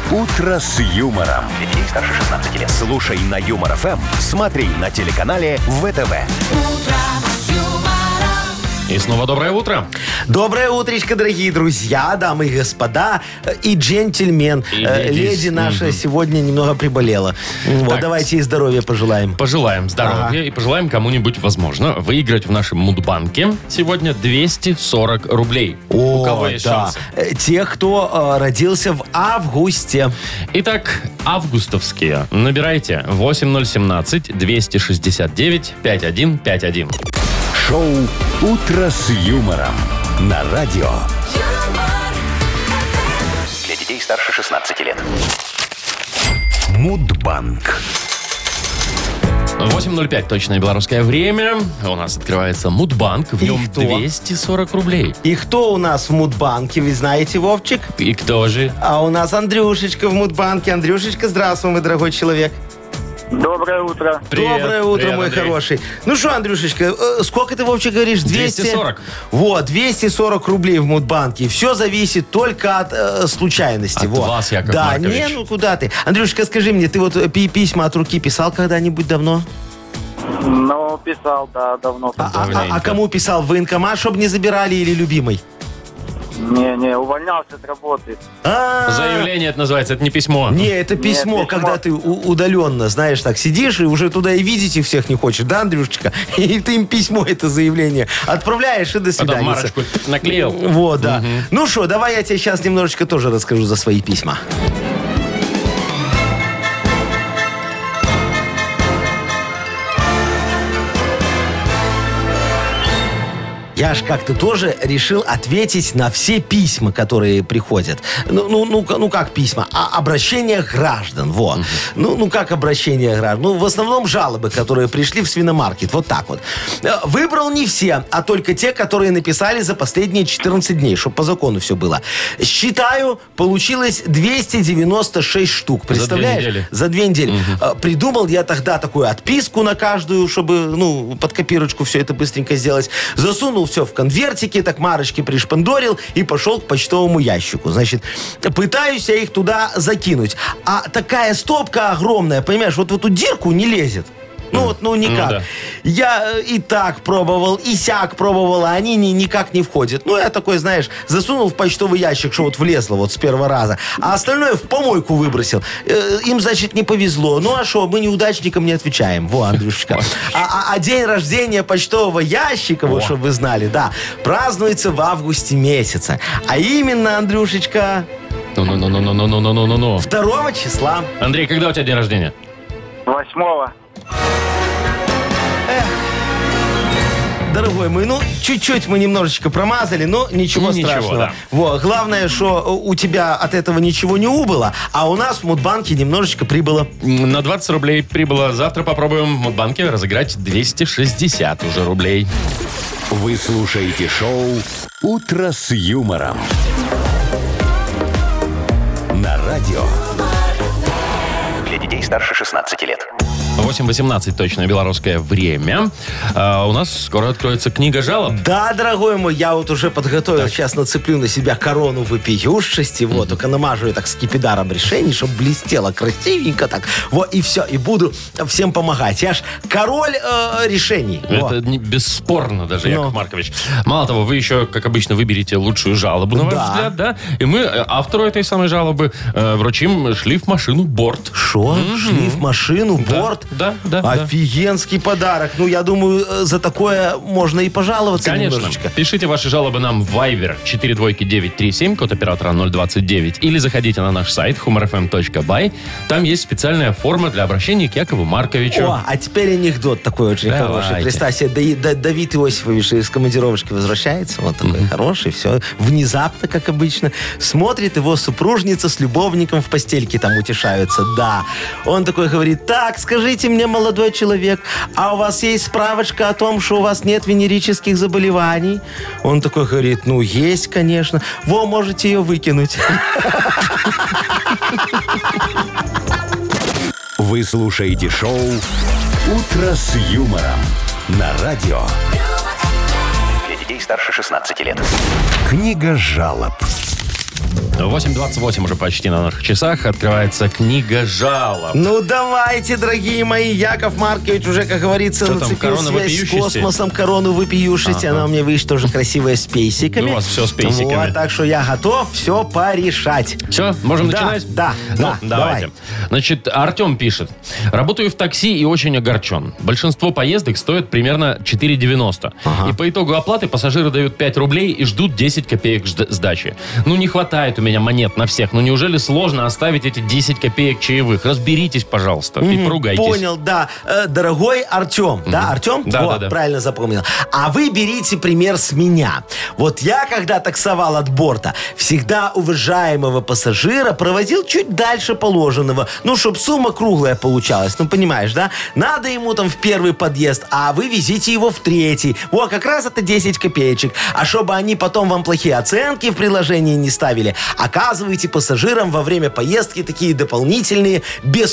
A: Утро с юмором. Детей старше 16 лет. Слушай на юмор ФМ, смотри на телеканале ВТВ.
B: И снова доброе утро.
C: Доброе утречко, дорогие друзья, дамы и господа, э, и джентльмен.
B: И
C: Э,
B: леди.
C: Леди наша сегодня немного приболела. Вот,
B: Так.
C: давайте ей здоровья пожелаем.
B: Пожелаем здоровья
C: Ага.
B: и пожелаем кому-нибудь, возможно, выиграть в нашем мудбанке сегодня 240 рублей. У кого есть
C: да.
B: шансы?
C: Э, Тех, кто э, родился в августе.
B: Итак, августовские. Набирайте 8017-269-5151.
A: Шоу Утро с юмором на радио. Для детей старше 16 лет. Мудбанк.
B: 8.05 точное белорусское время. У нас открывается мудбанк. В
C: И
B: нем
C: кто?
B: 240 рублей.
C: И кто у нас в Мудбанке, вы знаете, Вовчик?
B: И кто же?
C: А у нас Андрюшечка в Мудбанке. Андрюшечка, здравствуй, мой дорогой человек.
E: Доброе утро.
B: Привет,
C: Доброе утро,
B: привет,
C: мой
B: Андрей.
C: хороший. Ну что, Андрюшечка, э, сколько ты, Вовчик, говоришь? 200?
B: 240.
C: Вот, 240 рублей в Мудбанке. Все зависит только от э, случайности.
B: От
C: вот.
B: вас, Яков
C: Да,
B: Маркович.
C: не, ну куда ты? Андрюшечка, скажи мне, ты вот э, пи- письма от руки писал когда-нибудь давно?
E: Ну, писал, да, давно.
C: А, а- а-
B: Давненько.
C: а кому писал? В военкомат, чтобы не забирали или любимый?
E: Не, не, увольнялся от работы.
C: А,
B: Заявление это называется, это не письмо.
C: Не, это письмо,
E: письмо.
C: когда ты у- удаленно, знаешь, так сидишь и уже туда и видеть их всех не хочешь, да, Андрюшечка? И ты им письмо, это заявление отправляешь и до
B: Потом
C: свидания.
B: марочку наклеил.
C: Вот, да. Ну что, давай я тебе сейчас немножечко тоже расскажу за свои письма. я ж как-то тоже решил ответить на все письма, которые приходят. Ну, ну, ну, ну как письма? А обращения граждан, вот. Ну, ну как обращения граждан? Ну, в основном жалобы, которые пришли в свиномаркет, вот так вот. Э, Выбрал не все, а только те, которые написали за последние 14 дней, чтобы по закону все было. Считаю, получилось 296 штук. Представляешь?
B: недели.
C: За две недели. Э, Придумал я тогда такую отписку на каждую, чтобы, ну, под копирочку все это быстренько сделать. Засунул все в конвертики, так Марочки пришпандорил и пошел к почтовому ящику. Значит, пытаюсь я их туда закинуть. А такая стопка огромная, понимаешь, вот в эту дирку не лезет. Ну вот, ну никак.
B: да.
C: Я э, и так пробовал, и сяк пробовал, а они ни- никак не входят. Ну, я такой, знаешь, засунул в почтовый ящик, что вот влезло вот с первого раза, а остальное в помойку выбросил. Э, Им, значит, не повезло. Ну, а что, мы неудачникам не отвечаем. Во, Андрюшечка. А, а- а день рождения почтового ящика, вот чтобы вы знали, да, празднуется в августе месяца. А именно, Андрюшечка,
B: Ну-ну-ну-ну-ну-ну-ну-ну-ну.
C: 2 числа.
B: Андрей, когда у тебя день рождения?
E: Восьмого.
C: Дорогой мой, ну, чуть-чуть мы немножечко промазали, но ничего,
B: Ничего,
C: страшного.
B: да.
C: Во, главное, что э, у тебя от этого ничего не убыло, а у нас в Мудбанке немножечко прибыло.
B: М, На 20 рублей прибыло. Завтра попробуем в Мудбанке разыграть 260 уже рублей.
A: Вы слушаете шоу «Утро с юмором». На радио.
G: Для детей старше 16 лет.
B: 8.18 точное белорусское время. А, у нас скоро откроется книга жалоб.
C: Да, дорогой мой, я вот уже подготовил, сейчас нацеплю на себя корону вопиющести, вот, только намажу ее так скипидаром решений, чтобы блестело красивенько так, вот, и все, и буду всем помогать. Я ж король э, решений. Во.
B: Это не, бесспорно даже,
C: Ну.
B: Яков Маркович. Мало того, вы еще, как обычно, выберете лучшую жалобу, на ваш
C: Да.
B: взгляд, да? И мы э, автору этой самой жалобы э, вручим шлиф-машину «Борт».
C: Шо? Шлиф, машину,
B: Да,
C: борт?
B: да, да, да.
C: Офигенский подарок. Ну, я думаю, э, за такое можно и пожаловаться
B: Конечно.
C: немножечко.
B: Пишите ваши жалобы нам в Viber 42937, код оператора 029, или заходите на наш сайт humorfm.by. Там есть специальная форма для обращения к Якову Марковичу.
C: О, а теперь анекдот такой очень
B: Давайте.
C: хороший. Представь себе, Даи- Да- Давид Иосифович из командировочки возвращается, вот такой хороший, все, внезапно, как обычно, смотрит его супружница с любовником в постельке там утешаются, да. Он такой говорит, так, скажите мне, молодой человек, а у вас есть справочка о том, что у вас нет венерических заболеваний? Он такой говорит, ну, есть, конечно. Во, можете ее выкинуть.
A: Вы слушаете шоу «Утро с юмором». На радио.
G: Для детей старше 16 лет.
A: Книга жалоб.
B: 8.28 уже почти на наших часах. Открывается книга жалоб.
C: Ну давайте, дорогие мои, Яков Маркович уже, как говорится,
B: Что там,
C: нацепил
B: корона
C: связь с
B: вопиющести?
C: космосом, корону выпиющести. Она у меня, видишь, тоже красивая с пейсиками.
B: Да Ну, у вас всё с пейсиками.
C: Вот, так что я готов все порешать.
B: Все, можем
C: Да,
B: начинать?
C: да,
B: Ну,
C: да,
B: давайте. Значит, Артем пишет. Работаю в такси и очень огорчен. Большинство поездок стоят примерно 4,90. И по итогу оплаты пассажиры дают 5 рублей и ждут 10 копеек жд- сдачи. Ну, не хватает у меня монет на всех. Ну, неужели сложно оставить эти 10 копеек чаевых? Разберитесь, пожалуйста, и поругайтесь.
C: Понял, да. Э, Дорогой Артем, да, Артем?
B: Да,
C: Вот,
B: да, да.
C: правильно запомнил. А вы берите пример с меня. Вот я, когда таксовал от борта, всегда уважаемого пассажира проводил чуть дальше положенного. Ну, чтобы сумма круглая получалась, ну, понимаешь, да? Надо ему там в первый подъезд, а вы везите его в третий. Во, как раз это 10 копеечек. А чтобы они потом вам плохие оценки в приложении не ставили, оказывайте пассажирам во время поездки такие дополнительные,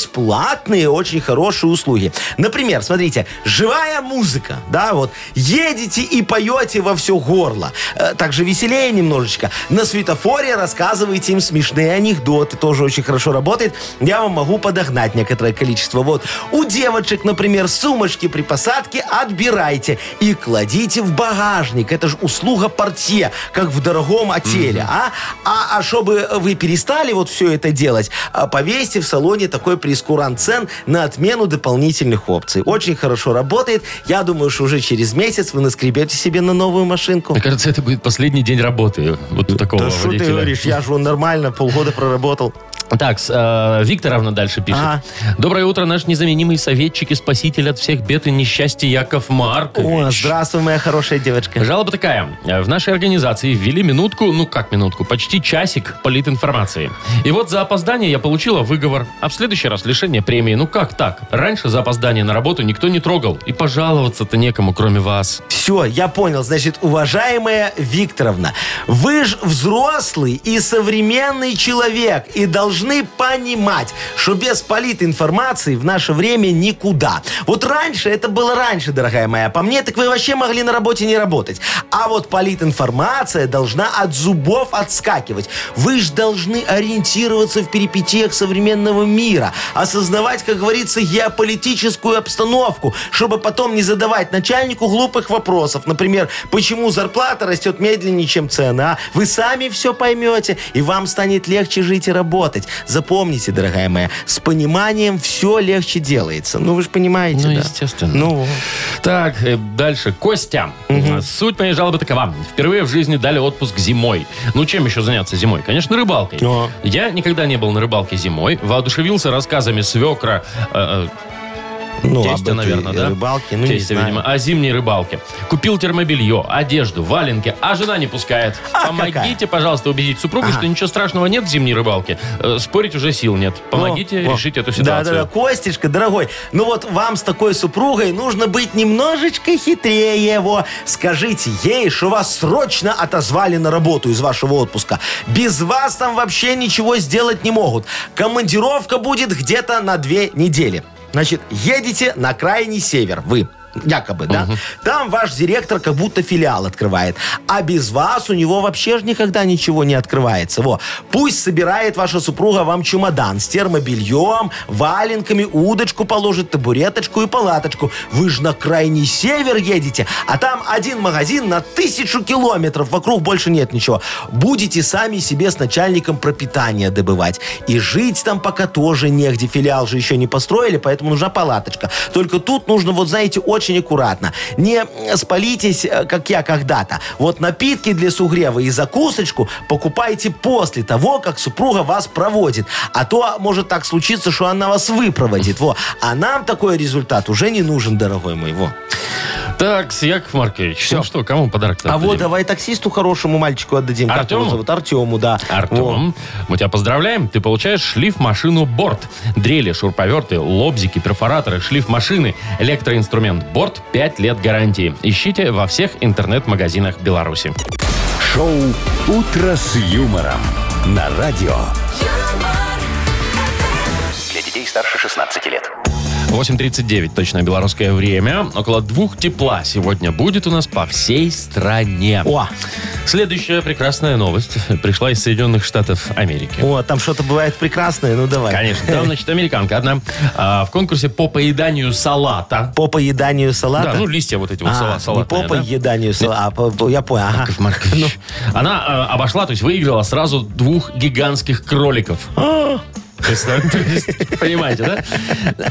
C: бесплатные, очень хорошие услуги. Например, смотрите, живая музыка, да, вот, едете и поете во все горло, Э, также веселее немножечко. На светофоре рассказываете им смешные анекдоты, тоже очень хорошо работает. Я вам могу подогнать некоторое количество. Вот, у девочек, например, сумочки при посадке отбирайте и кладите в багажник. Это же услуга портье, как в дорогом отеле, а? а? А чтобы вы перестали вот все это делать, а, повесьте в салоне такой прескурант цен на отмену дополнительных опций. Очень хорошо работает. Я думаю, что уже через месяц вы наскребете себе на новую машинку.
B: Мне кажется, это будет последний день работы вот у такого
C: Да что ты
B: водителя.
C: говоришь, я же вон нормально полгода проработал.
B: Так, с, э, Викторовна дальше пишет.
C: Ага.
B: Доброе утро, наш незаменимый советчик и спаситель от всех бед и несчастья Яков
C: О,
B: Маркович.
C: здравствуй, моя хорошая девочка.
B: Жалоба такая. Э, В нашей организации ввели минутку, ну как минутку, почти часик политинформации. И вот за опоздание я получила выговор, а в следующий раз лишение премии. Ну как так? Раньше за опоздание на работу никто не трогал. И пожаловаться-то некому, кроме вас.
C: Все, я понял. Значит, уважаемая Викторовна, вы же взрослый и современный человек и должны понимать, что без политинформации в наше время никуда. Вот раньше, это было раньше, дорогая моя, по мне, так вы вообще могли на работе не работать. А вот политинформация должна от зубов отскакивать. Вы же должны ориентироваться в перипетиях современного мира, осознавать, как говорится, геополитическую обстановку, чтобы потом не задавать начальнику глупых вопросов. Например, почему зарплата растет медленнее, чем цены, а? Вы сами все поймете, и вам станет легче жить и работать. Запомните, дорогая моя, с пониманием все легче делается. Ну, вы же понимаете,
B: Ну,
C: да?
B: естественно.
C: Ну, вот.
B: Так, э, дальше. Костя. Э, Суть моей жалобы такова. Впервые в жизни дали отпуск зимой. Ну, чем еще заняться зимой? Конечно, рыбалкой.
C: Да.
B: Я никогда не был на рыбалке зимой. Воодушевился рассказами свекра, э,
C: ну,
B: Тестя,
C: об этой
B: наверное, да?
C: рыбалке, ну,
B: э,
C: не
B: тестя,
C: знаю.
B: видимо, о зимней рыбалке. Купил термобелье, одежду, валенки, а жена не пускает.
C: А,
B: Помогите,
C: какая?
B: пожалуйста, убедить супругу,
C: Ага.
B: что ничего страшного нет в зимней рыбалке. Э, спорить уже сил нет. Помогите
C: О,
B: решить
C: о.
B: эту ситуацию.
C: Да-да-да, Костечка, дорогой, ну вот вам с такой супругой нужно быть немножечко хитрее его. Скажите ей, что вас срочно отозвали на работу из вашего отпуска. Без вас там вообще ничего сделать не могут. Командировка будет где-то на две недели. Значит, едете на крайний север, вы. Якобы, да? Там ваш директор как будто филиал открывает. А без вас у него вообще же никогда ничего не открывается. Во. Пусть собирает ваша супруга вам чемодан с термобельем, валенками, удочку положит, табуреточку и палаточку. Вы же на крайний север едете, а там один магазин на тысячу километров. Вокруг больше нет ничего. Будете сами себе с начальником пропитание добывать. И жить там пока тоже негде. Филиал же еще не построили, поэтому нужна палаточка. Только тут нужно, вот знаете, очень аккуратно. Не э, спалитесь, э, как я когда-то. Вот напитки для сугрева и закусочку покупайте после того, как супруга вас проводит. А то может так случиться, что она вас выпроводит. Во. А нам такой результат уже не нужен, дорогой мой. Во.
B: Так, Яков Маркович, ну что, кому подарок
C: А вот давай таксисту хорошему мальчику отдадим. Как его
B: Артему?
C: зовут? Артему, да. Во.
B: Артем, мы тебя поздравляем. Ты получаешь шлиф машину Борт. Дрели, шуруповерты, лобзики, перфораторы, шлиф машины, электроинструмент Борт, 5 лет гарантии. Ищите во всех интернет-магазинах Беларуси.
A: Шоу «Утро с юмором» на радио.
H: юмор,
G: Для детей старше 16 лет.
B: 8.39, точное белорусское время. Около двух тепла сегодня будет у нас по всей стране.
C: О,
B: Следующая прекрасная новость пришла из Соединенных Штатов Америки.
C: о, там что-то бывает прекрасное, ну давай.
B: Конечно, там, значит, американка одна а, в конкурсе по поеданию салата.
C: По поеданию салата.
B: Да, ну листья вот эти вот
C: А,
B: сала-
C: не
B: салатные,
C: по
B: да?
C: поеданию салата, а по- по- я понял. ага.
B: Яков Маркович. Она э, обошла, то есть выиграла сразу двух гигантских кроликов. Представь- то есть, Понимаете, да?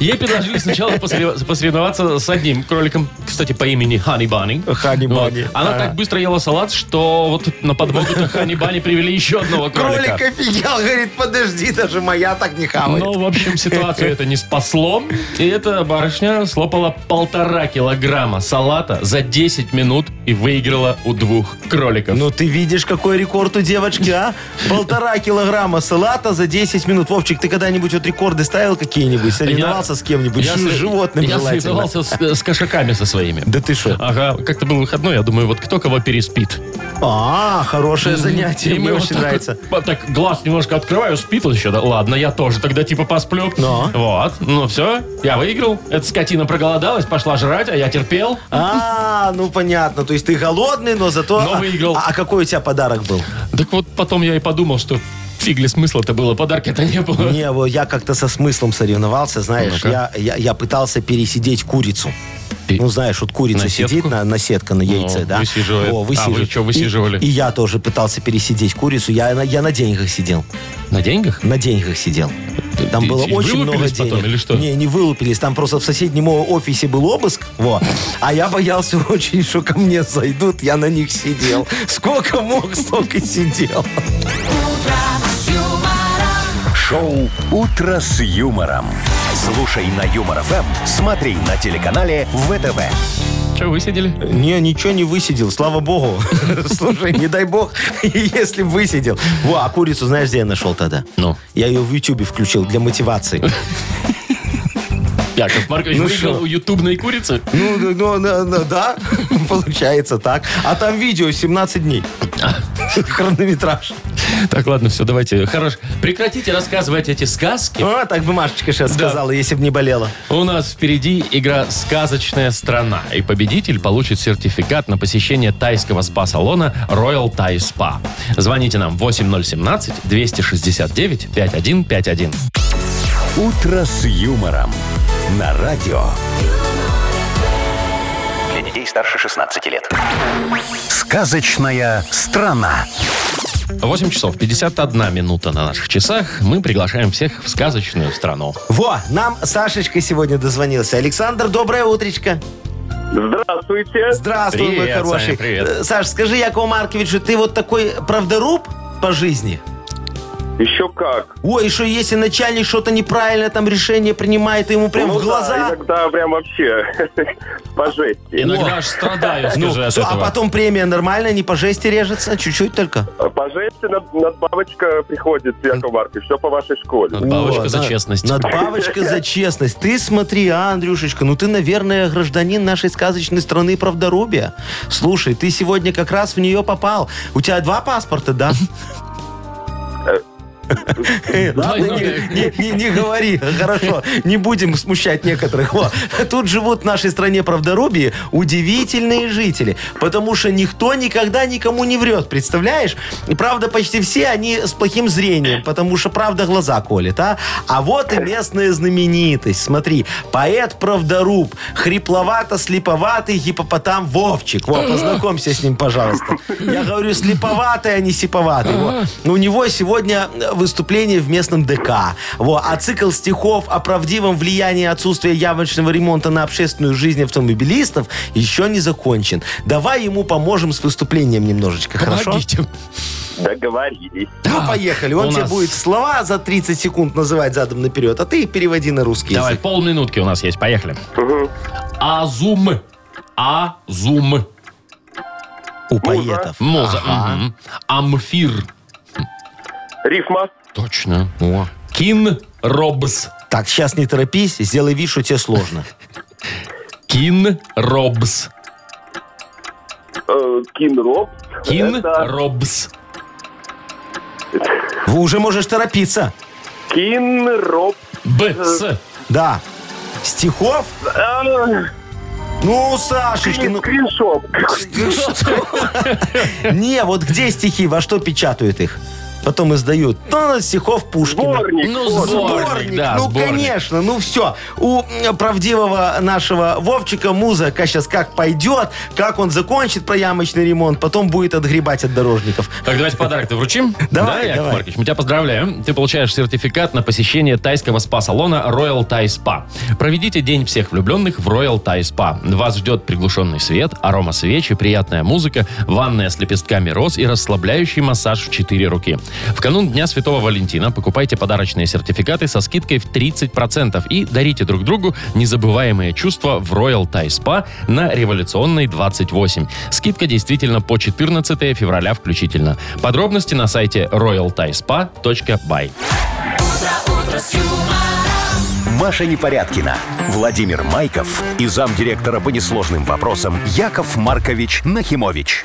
B: Ей предложили сначала посорев- посоревноваться с одним кроликом, кстати, по имени Хани Банни.
C: Хани
B: Вот.
C: Бани.
B: Она
C: Ага.
B: так быстро ела салат, что вот на подмогу Хани Бани привели еще одного
C: Кролик
B: кролика.
C: офигел, говорит, подожди, даже моя так не хавает.
B: Но, Ну, в общем, ситуацию это не спасло. И эта барышня слопала полтора килограмма салата за 10 минут и выиграла у двух кроликов.
C: Ну, ты видишь, какой рекорд у девочки, а? Полтора килограмма салата за 10 минут. Вовчик, ты когда-нибудь вот рекорды ставил какие-нибудь? Соревновался
B: Я-
C: с кем-нибудь?
B: я
C: с
B: сорев-
C: животным
B: Я
C: желательно.
B: соревновался с, с кошаками со своими.
C: Да ты что?
B: Ага, как-то был выходной, я думаю, вот кто кого переспит.
C: А, хорошее занятие,
B: И
C: мне
B: мы вот
C: очень
B: так
C: нравится.
B: вот- так глаз немножко открываю, спит он еще. Да, ладно, я тоже тогда типа посплю.
C: Но.
B: Вот, ну все, я выиграл. Эта скотина проголодалась, пошла жрать, а я терпел.
C: А, ну понятно. То есть ты голодный, но зато...
B: Но выиграл.
C: А, а какой у тебя подарок был?
B: Так вот потом я и подумал, что фиг ли смысла-то было, подарка-то не было.
C: Не, вот я как-то со смыслом соревновался, знаешь,
B: Ну-ка.
C: я, я, я пытался пересидеть курицу.
B: Пе-
C: Ну, знаешь, вот курица
B: На сетку? Ну,
C: сидит на, на сетка, на яйце, да?
B: высиживает.
C: О,
B: А,
C: высиживает.
B: вы что,
C: И-
B: высиживали?
C: И, я тоже пытался пересидеть курицу. Я, на- я на деньгах сидел.
B: На деньгах?
C: На деньгах сидел. Там
B: Ты-
C: было
B: ты
C: очень много
B: вылупились потом
C: денег.
B: или что?
C: Не, не вылупились. Там просто в соседнем о- офисе был обыск. Во. А я боялся очень, что ко мне зайдут. Я на них сидел. Сколько мог, столько и сидел.
H: утро с юмором.
A: Шоу «Утро с юмором». Слушай на Юмор ФМ, смотри на телеканале ВТВ.
B: Че, высидели?
C: Не, ничего не высидел, слава богу. Слушай, не дай бог, если б высидел. Во, а курицу знаешь, где я нашел тогда?
B: Ну.
C: Я ее в Ютубе включил для мотивации.
B: Яков Маркович
C: Ну
B: выиграл
C: что?
B: у ютубной курицы.
C: Ну, ну, ну, ну, ну, да, получается так. А там видео 17 дней. Хронометраж.
B: Так, ладно, все, давайте. Хорош. Прекратите рассказывать эти сказки.
C: А, так бы Машечка сейчас сказала, если бы не болела.
B: У нас впереди игра «Сказочная страна». И победитель получит сертификат на посещение тайского спа-салона Royal Thai Spa. Звоните нам 8017-269-5151.
A: «Утро с юмором» на радио.
G: Для детей старше 16 лет.
A: «Сказочная страна».
B: 8 часов 51 минута на наших часах. Мы приглашаем всех в сказочную страну.
C: Во, нам Сашечка сегодня дозвонился. Александр, доброе утречко.
E: Здравствуйте.
C: Здравствуй, мой
B: Привет,
C: хороший.
B: Саня, привет.
C: Э, Саш, скажи Якову Марковичу, ты вот такой правдоруб по жизни?
E: Еще как.
C: Ой, что если начальник что-то неправильно там решение принимает, ты ему прям
E: Ну
C: в
E: да,
C: глаза...
E: иногда прям вообще по жести.
B: Иногда аж страдаю,
C: Ну,
B: скажи, от
C: всё, а
B: этого.
C: потом премия нормально, не по жести режется, чуть-чуть только.
E: По жести над- надбавочка приходит, Яков Маркович, все по вашей школе.
B: Надбавочка
C: О,
B: за
C: на-
B: честность.
C: Надбавочка за честность. Ты смотри, а, Андрюшечка, ну ты, наверное, гражданин нашей сказочной страны правдорубия. Слушай, ты сегодня как раз в нее попал. У тебя два паспорта, да? Ладно, Не не- не говори, хорошо. Не будем смущать некоторых. Во. Тут живут в нашей стране правдорубии удивительные жители, потому что никто никогда никому не врет, представляешь? И правда, почти все они с плохим зрением, потому что правда глаза колет, а? А вот и местная знаменитость. Смотри, поэт-правдоруб, хрипловато-слеповатый гипопотам Вовчик. Во, познакомься с ним, пожалуйста. Я говорю, слеповатый, а не сиповатый. Во. Но у него сегодня э, выступление в местном ДК. Во. А цикл стихов о правдивом влиянии отсутствия яблочного ремонта на общественную жизнь автомобилистов еще не закончен. Давай ему поможем с выступлением немножечко, хорошо?
B: Помогите.
E: Договорились.
C: Ну, поехали. Он
B: У
C: тебе
B: нас-
C: будет слова за 30 секунд называть задом наперед, а ты их переводи на русский
B: Давай,
C: язык.
B: полминутки у нас есть, поехали. Азум. Азум.
C: У поэтов.
B: Муза. Мгм. Амфир.
E: Рифма.
B: Точно. Кин Робс.
C: Так, сейчас не торопись, сделай вид, что тебе сложно.
B: Кин Робс.
E: э, Кинроп.
B: Кин
E: Это
B: Робс.
C: Вы уже можешь торопиться.
E: Кинроп.
B: Б. С.
C: Да. Стихов? Ну, Сашечки, ну...
E: Скриншоп.
C: Не, вот где стихи, во что печатают их? Потом издают. Ну, стихов Пушкина.
E: Сборник.
B: Ну,
C: О,
B: сборник, да,
C: ну,
B: сборник.
C: конечно, ну все. У м, правдивого нашего Вовчика музыка сейчас как пойдет, как он закончит проямочный ремонт, потом будет отгребать от дорожников.
B: Так, давайте подарок-то вручим.
C: Давай,
B: да, Яков
C: давай.
B: Маркович, мы тебя поздравляем. Ты получаешь сертификат на посещение тайского спа-салона Royal Thai Spa. Проведите день всех влюбленных в Royal Thai Spa. Вас ждет приглушенный свет, арома свечи, приятная музыка, ванная с лепестками роз и расслабляющий массаж в четыре руки. В канун Дня Святого Валентина покупайте подарочные сертификаты со скидкой в 30% и дарите друг другу незабываемые чувства в Royal Thai Spa на революционной 28. Скидка действительно по 14 февраля включительно. Подробности на сайте royalthaispa.by.
A: Маша Непорядкина, Владимир Майков и замдиректора по несложным вопросам Яков Маркович Нахимович.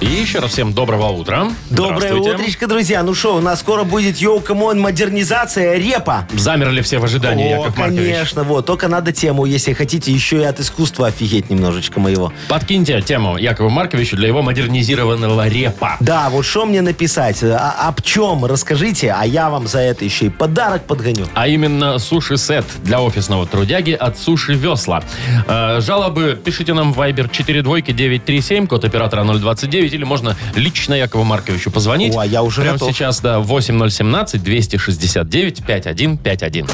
B: И еще раз всем доброго утра.
C: Доброе
B: Здравствуйте.
C: утречко, друзья. Ну что, у нас скоро будет Йоу Камон модернизация репа.
B: Замерли все в ожидании,
C: О,
B: Яков Маркович.
C: конечно, вот. Только надо тему, если хотите, еще и от искусства офигеть немножечко моего.
B: Подкиньте тему Якову Марковичу для его модернизированного репа.
C: Да, вот что мне написать? А, об чем? Расскажите, а я вам за это еще и подарок подгоню.
B: А именно суши-сет для офисного трудяги от Суши Весла. Э, жалобы пишите нам в Viber 42937, код оператора 029, или можно лично Якову Марковичу позвонить.
C: О, а я уже
B: Прямо
C: готов.
B: сейчас, да, 8017 269 5151.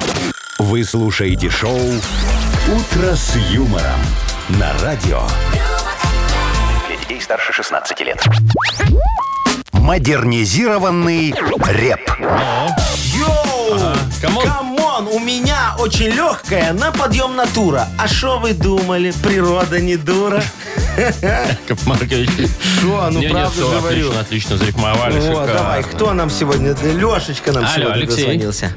A: Вы слушаете шоу «Утро с юмором» на радио.
G: Для детей старше 16 лет.
A: Модернизированный рэп.
C: Йоу!
B: камон.
C: Камон, у меня очень легкая на подъем натура. А что вы думали? Природа не дура.
B: Яков Маркович.
C: Шо, ну
B: Не, не,
C: правду
B: всё,
C: говорю.
B: Отлично, отлично, зарифмовали,
C: О,
B: шикарно.
C: давай, кто нам сегодня? Лешечка нам
B: Алло,
C: сегодня
B: Алексей.
C: дозвонился.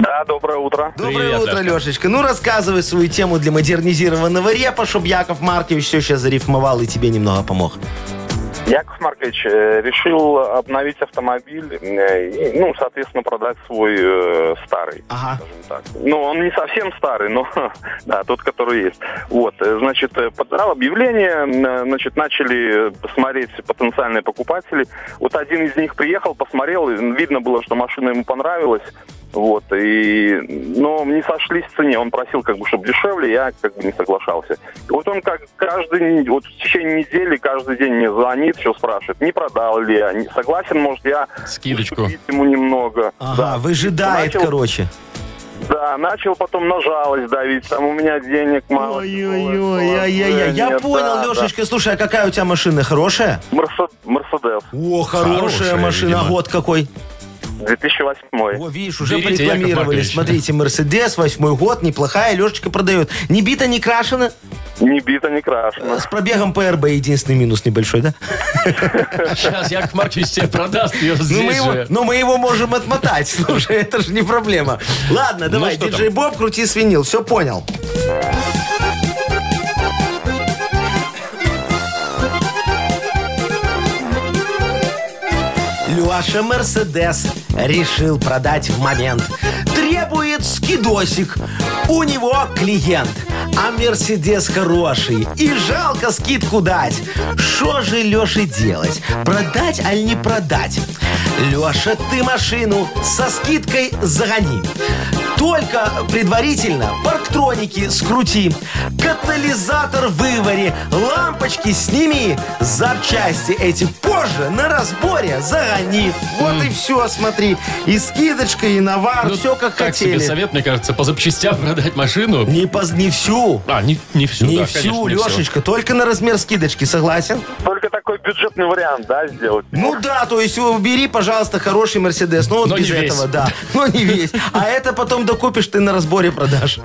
E: Да, доброе утро.
C: Доброе
B: Привет,
C: утро,
B: Лешка.
C: Лешечка. Ну, рассказывай свою тему для модернизированного репа, чтобы Яков Маркович все сейчас зарифмовал и тебе немного помог.
E: Яков Маркович э, решил обновить автомобиль, э, и, ну, соответственно, продать свой э, старый.
C: Ага.
E: скажем так. Ну, он не совсем старый, но да, тот, который есть. Вот, э, значит, э, подбирал объявление, э, значит, начали э, смотреть потенциальные покупатели. Вот один из них приехал, посмотрел, и видно было, что машина ему понравилась. Вот, и, но не сошлись в цене. Он просил, как бы, чтобы дешевле, я как бы не соглашался. И вот он как каждый, вот в течение недели каждый день мне звонит, все спрашивает, не продал ли я, не- согласен, может, я
B: Скидочку.
E: уступить ему немного.
C: Ага, выжидает,
E: Начал-
C: короче.
E: Да, начал потом на жалость давить. Там у меня денег мало.
C: Ой-ой-ой, я понял,
E: Лешечка.
C: Лешечка, слушай, а какая у тебя машина? Хорошая?
E: Мерседес,
C: О,
B: Хорошая,
C: хорошая машина,
B: видимо.
C: год какой.
E: 2008.
C: О, видишь, уже
B: Берите, Яков
C: порекламировали.
B: Маркович.
C: Смотрите, Мерседес, восьмой год, неплохая, Лешечка продает. Не бита, не крашена,
E: Не бито, не крашено.
C: с пробегом ПРБ, единственный минус небольшой, да?
B: Сейчас Яков Маркович тебе продаст ее
C: Ну мы,
B: здесь
C: его,
B: же.
C: ну, мы его можем отмотать, слушай, это же не проблема. Ладно, давай,
B: Ну что
C: диджей Боб, крути свинил, все понял. Леша Мерседес решил продать в момент. Требует скидосик. У него клиент. А Мерседес хороший. И жалко скидку дать. Что же Леше делать? Продать, аль не продать? Леша, ты машину со скидкой загони. Только предварительно парктроники скрути, катализатор вывари, лампочки сними, запчасти эти позже на разборе загони. Вот и все, смотри. И скидочка, и навар,
B: Ну,
C: все как
B: так
C: хотели.
B: себе совет, мне кажется, по запчастям продать машину.
C: Не, поз- не всю.
B: А, не, не всю,
C: не
B: да,
C: всю,
B: конечно, не всю.
C: Лешечка, только на размер скидочки, согласен?
E: Только такой бюджетный вариант, да, сделать?
C: Ну да, то есть убери, пожалуйста, хороший Мерседес. Ну вот
B: Но не
C: без
B: весь.
C: этого, да. Но не весь. А это потом докупишь, ты на разборе продашь.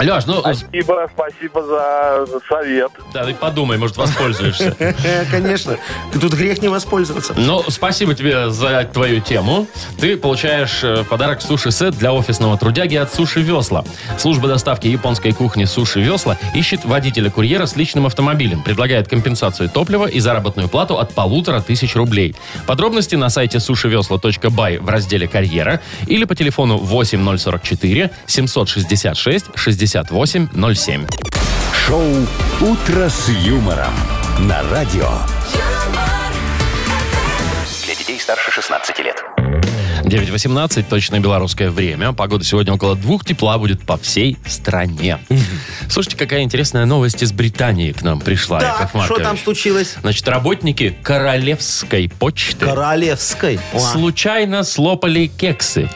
B: Леш, ну,
E: Спасибо, спасибо за за совет.
B: да, ты подумай, может, воспользуешься.
C: Э, Конечно. Тут грех не воспользоваться.
B: Ну, спасибо тебе за твою тему. Ты получаешь э, в подарок суши-сет для офисного трудяги от Суши Весла. Служба доставки японской кухни Суши Весла ищет водителя-курьера с личным автомобилем, предлагает компенсацию топлива и заработную плату от полутора тысяч рублей. Подробности на сайте сушивесла.бай в разделе «Карьера» или по телефону 8044 766 6807.
A: Шоу «Утро с юмором» на радио.
H: юмор,
G: Для детей старше 16 лет.
B: 9.18, точное белорусское время. Погода сегодня около двух, тепла будет по всей стране. Слушайте, какая интересная новость из Британии к нам пришла,
C: Так,
B: Яков Маркович.
C: что там случилось?
B: Значит, работники Королевской почты
C: Королевской. О,
B: случайно слопали кексы.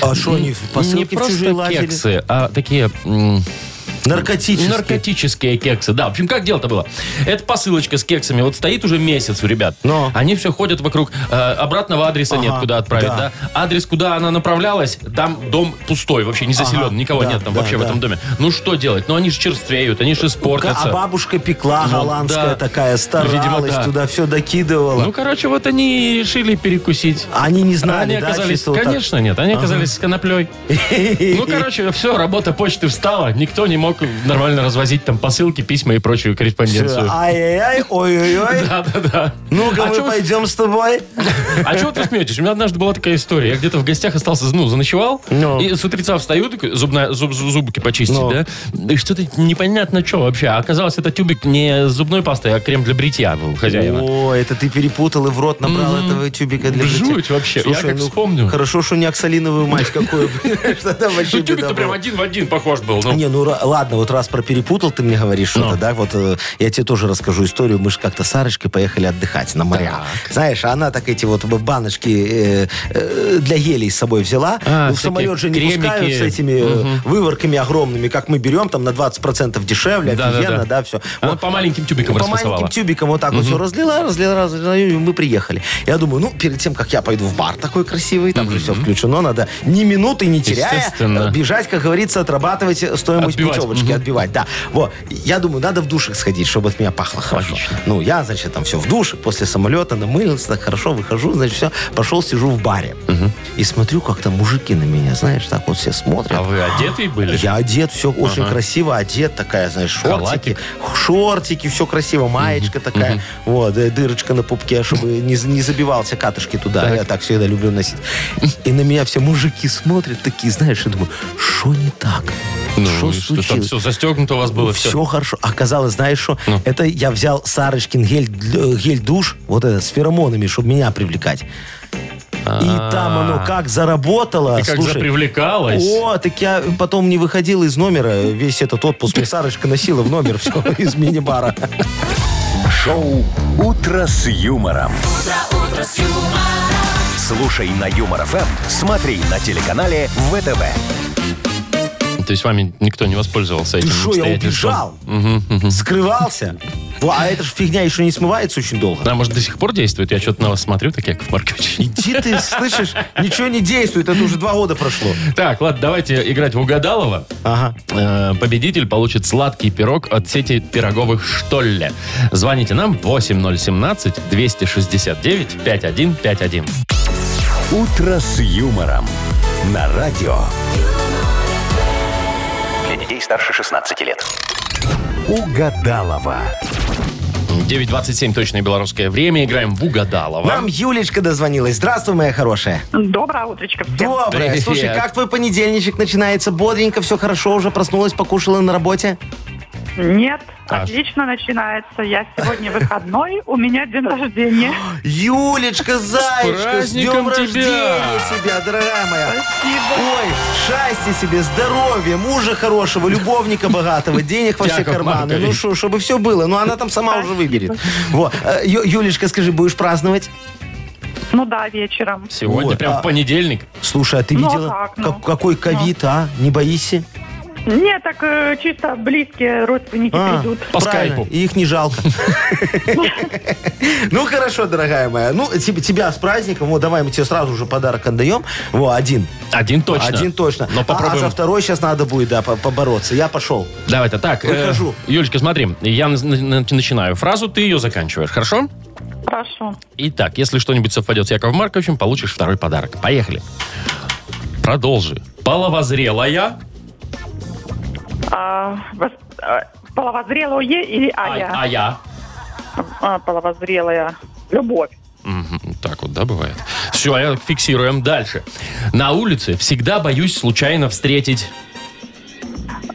C: А что они в
B: Не
C: посылке в чужие
B: просто
C: лазили?
B: кексы, а такие... м,
C: Наркотические.
B: Наркотические кексы, да. В общем, как дело-то было? Это посылочка с кексами. Вот стоит уже месяц у ребят.
C: Но.
B: Они все ходят вокруг. э, обратного адреса
C: Ага,
B: нет, куда отправить, да.
C: да.
B: Адрес, куда она направлялась, там дом пустой, вообще не заселен,
C: Ага,
B: никого
C: да,
B: нет там
C: да,
B: вообще в
C: да.
B: этом доме. Ну что делать? Ну они же черствеют, они же
C: А
B: испортятся.
C: бабушка пекла
B: Ну,
C: голландская
B: да.
C: такая, старалась,
B: Видимо, да.
C: туда все докидывала.
B: Ну, короче, вот они и решили перекусить.
C: они не
B: А
C: знали,
B: они
C: да,
B: оказались,
C: чисто вот так.
B: конечно, нет, они оказались с коноплей. Ну, короче, все, работа почты встала, никто не мог нормально развозить там посылки, письма и прочую корреспонденцию.
C: Ай-яй-яй, ой-ой-ой.
B: Да-да-да.
C: Ну-ка,
B: А
C: мы
B: чё вы
C: пойдем с тобой.
B: А чего ты смеетесь? У меня однажды была такая история. Я где-то в гостях остался, ну, заночевал.
C: Ну.
B: И с утреца встаю, такой, зубная, зуб- зуб- зубки почистить,
C: Ну.
B: да? И что-то непонятно что вообще. А Оказалось, это тюбик не с зубной пастой, а крем для бритья был у хозяина. Ну,
C: О, это ты перепутал и в рот набрал этого тюбика для
B: Жуть
C: бритья.
B: вообще, я
C: Слушай,
B: как
C: ну,
B: вспомню.
C: Хорошо, что не оксалиновую мать какую. Что там вообще
B: Ну, тюбик-то
C: беда
B: прям
C: была.
B: один в один похож был. ну.
C: Не, ну ра- ладно, вот раз про перепутал ты мне говоришь что-то, да, вот э, я тебе тоже расскажу историю. Мы же как-то с Сарочкой поехали отдыхать на моря. Знаешь, а она так эти вот б- баночки э, э, для елей с собой взяла.
B: А,
C: Ну, в самолет же не
B: всякие
C: пускают
B: кремики.
C: с этими э, выворками огромными, как мы берем, там на 20% дешевле,
B: Да-да-да.
C: офигенно, да, все.
B: Она по маленьким тюбикам
C: По
B: расфасовала.
C: маленьким тюбиком вот так вот все разлила, разлила, разлила, и мы приехали. Я думаю, ну, перед тем, как я пойду в бар такой красивый, там же все включено, надо ни минуты не теряя,
B: Естественно.
C: э, бежать, как говорится, отрабатывать э, стоимость
B: Отбивать.
C: путевочки, отбивать, да. Вот, я думаю, надо в душик сходить, чтобы от меня пахло хорошо. Ну, я, значит, там все в душе, после самолета намылился, так хорошо выхожу, значит, все, пошел, сижу в баре. И смотрю, как там мужики на меня, знаешь, так вот все смотрят.
B: А вы одетые были?
C: Я одет, все очень красиво одет, такая, знаешь, шортики,
B: Халатик.
C: шортики, все красиво, маечка такая, вот, э, дырочка на пупке, чтобы не, за- не забивался катышки туда, я так всегда люблю носить. И на меня все мужики смотрят такие, знаешь, я думаю, что не так?
B: Ну,
C: Что
B: и что, там
C: случилось? Ну,
B: все застегнуто у вас было,
C: все.
B: все.
C: хорошо. Оказалось, знаешь что?
B: Ну.
C: Это я взял Сарочкин гель, дл- гель душ, вот это, с феромонами, чтобы меня привлекать. И там оно как заработало.
B: А. И как
C: слушай,
B: запривлекалось.
C: о, так я потом не выходил из номера весь этот отпуск. Мне Сарочка носила в номер все из мини-бара.
A: Шоу «Утро с юмором». Слушай на Юмор ФМ, смотри на телеканале ВТВ.
B: То есть вами никто не воспользовался этим
C: Ты что, я
B: обстоятельством?
C: убежал? Скрывался? Во, А эта же фигня еще не смывается очень долго.
B: Да, может, до сих пор действует? Я что-то на вас смотрю, так, Яков Маркович.
C: Иди ты, слышишь, ничего не действует, это уже два года прошло.
B: Так, ладно, давайте играть в угадалово.
C: Ага.
B: Э, Победитель получит сладкий пирог от сети пироговых «Штолле». Звоните нам 8017-269-5151.
A: «Утро с юмором» на радио.
G: Для детей старше 16 лет.
A: Угадалова.
B: 9.27 точное белорусское время. Играем в угадалово.
C: Нам Юлечка дозвонилась. Здравствуй, моя хорошая.
H: Доброе утречко всем.
C: Доброе.
B: Привет.
C: Слушай, как твой понедельничек начинается? Бодренько, все хорошо, уже проснулась, покушала на работе?
H: Нет,
B: А.
H: отлично начинается. Я сегодня выходной, у меня день рождения.
C: Юлечка, зайчка, с,
B: праздником
C: днем
B: тебя!
C: рождения тебя, дорогая моя.
H: Спасибо.
C: Ой, счастья себе, здоровья, мужа хорошего, любовника богатого, денег во все
B: Яков
C: карманы.
B: Маркович.
C: Ну что, чтобы все было. Ну она там сама уже выберет. Вот. Э, Ю- Юлечка, скажи, будешь праздновать?
H: Ну да, вечером.
B: Сегодня
C: Вот,
B: прям
C: а-
B: в понедельник.
C: Слушай, а ты
H: Ну, а
C: видела,
H: как, ну?
C: как- какой ковид, а? Не боишься?
H: Нет, так э, чисто близкие родственники
C: А,
H: придут.
B: По
C: правильно,
B: скайпу.
C: И их не жалко. Ну, хорошо, дорогая моя. Ну, тебе- тебя с праздником. Вот, давай мы тебе сразу же подарок отдаем. Во, один.
B: Один точно.
C: Один точно.
B: Но
C: А-
B: попробуем.
C: А за второй сейчас надо будет, да, по- побороться. Я пошел.
B: Давай-то так. э,
C: Выхожу.
B: Юлечка, смотри, я на- на- начинаю фразу, ты ее заканчиваешь, хорошо?
H: Хорошо.
B: Итак, если что-нибудь совпадет с Яковом Марковичем, получишь второй подарок. Поехали. Продолжи. Половозрелая.
H: А, вос- а, половозрелое или
B: А,
H: Ая?
B: а я.
H: А, половозрелая. Любовь.
B: Мгм, Так вот, да, бывает. Все, я фиксируем. Дальше. На улице всегда боюсь случайно встретить.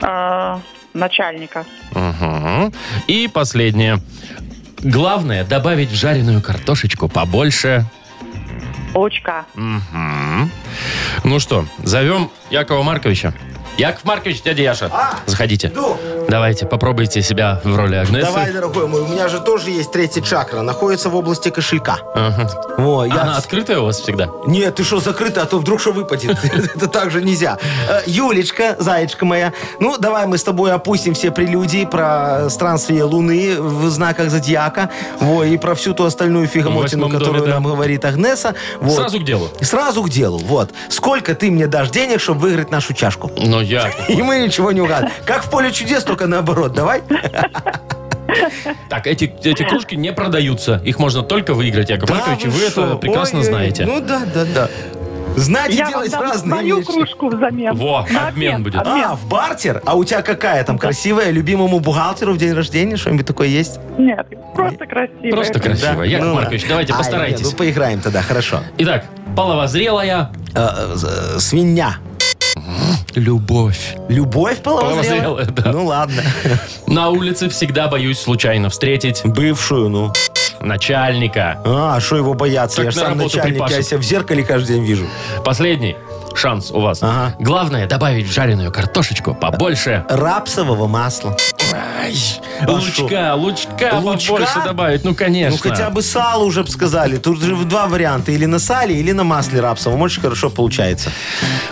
H: А, начальника.
B: Мгм. И последнее. Главное, добавить в жареную картошечку побольше.
H: Лучка.
B: Мгм. Ну что, зовем Якова Марковича. Яков Маркович, дядя Яша,
C: А,
B: заходите.
C: иду.
B: Давайте, попробуйте себя в роли Агнесы.
C: Давай, дорогой мой, у меня же тоже есть третья чакра, находится в области кошелька.
B: Ага.
C: Во, я...
B: Она открытая у вас всегда?
C: Нет, ты что, закрыто, а то вдруг что выпадет. Это так же нельзя. Э, Юлечка, заячка моя, ну давай мы с тобой опустим все прелюдии про странствие Луны в знаках Зодиака, во, и про всю ту остальную фигамотину,
B: восьмом доме,
C: которую
B: да.
C: нам говорит Агнеса. Вот.
B: Сразу к делу.
C: Сразу к делу, вот. Сколько ты мне дашь денег, чтобы выиграть нашу чашку?
B: Ну, я...
C: И мы ничего не угадываем. Как в поле чудес, только наоборот. Давай.
B: Так, эти, эти кружки не продаются. Их можно только выиграть, Яков Маркович, и
C: Да ну
B: вы это
C: шо?
B: прекрасно
C: Ой-ой-ой.
B: знаете.
C: Ну да, да, да. Знать и
H: Я вам
C: делать
H: дам
C: разные
H: свою
C: вещи.
H: кружку взамен.
B: Во,
H: На
B: обмен будет.
C: А, в бартер? А у тебя какая там красивая, любимому бухгалтеру в день рождения? Что-нибудь такое есть?
H: Нет, просто красиво.
B: Просто красиво.
C: Да?
B: Яков
C: Ну,
B: Маркович,
C: да.
B: давайте
C: Ай,
B: постарайтесь.
C: нет, ну, поиграем тогда, хорошо.
B: Итак, половозрелая
C: Э, э, э, Свинья.
B: любовь.
C: Любовь половозрела?
B: Половозрелая, да.
C: Ну ладно.
B: На улице всегда боюсь случайно встретить
C: Бывшую, ну.
B: начальника.
C: А, что его бояться?
B: Так
C: Я же
B: на
C: сам
B: работу
C: начальник, я
B: припашет.
C: себя в зеркале каждый день вижу.
B: Последний. шанс у вас.
C: Ага.
B: Главное добавить в жареную картошечку побольше.
C: Рапсового масла.
B: Ай,
C: А
B: лучка, лучка,
C: Лучка?
B: побольше добавить. Ну, конечно.
C: Ну, хотя бы сало уже бы сказали. Тут же два варианта. Или на сале, или на масле рапсовом. Очень хорошо получается.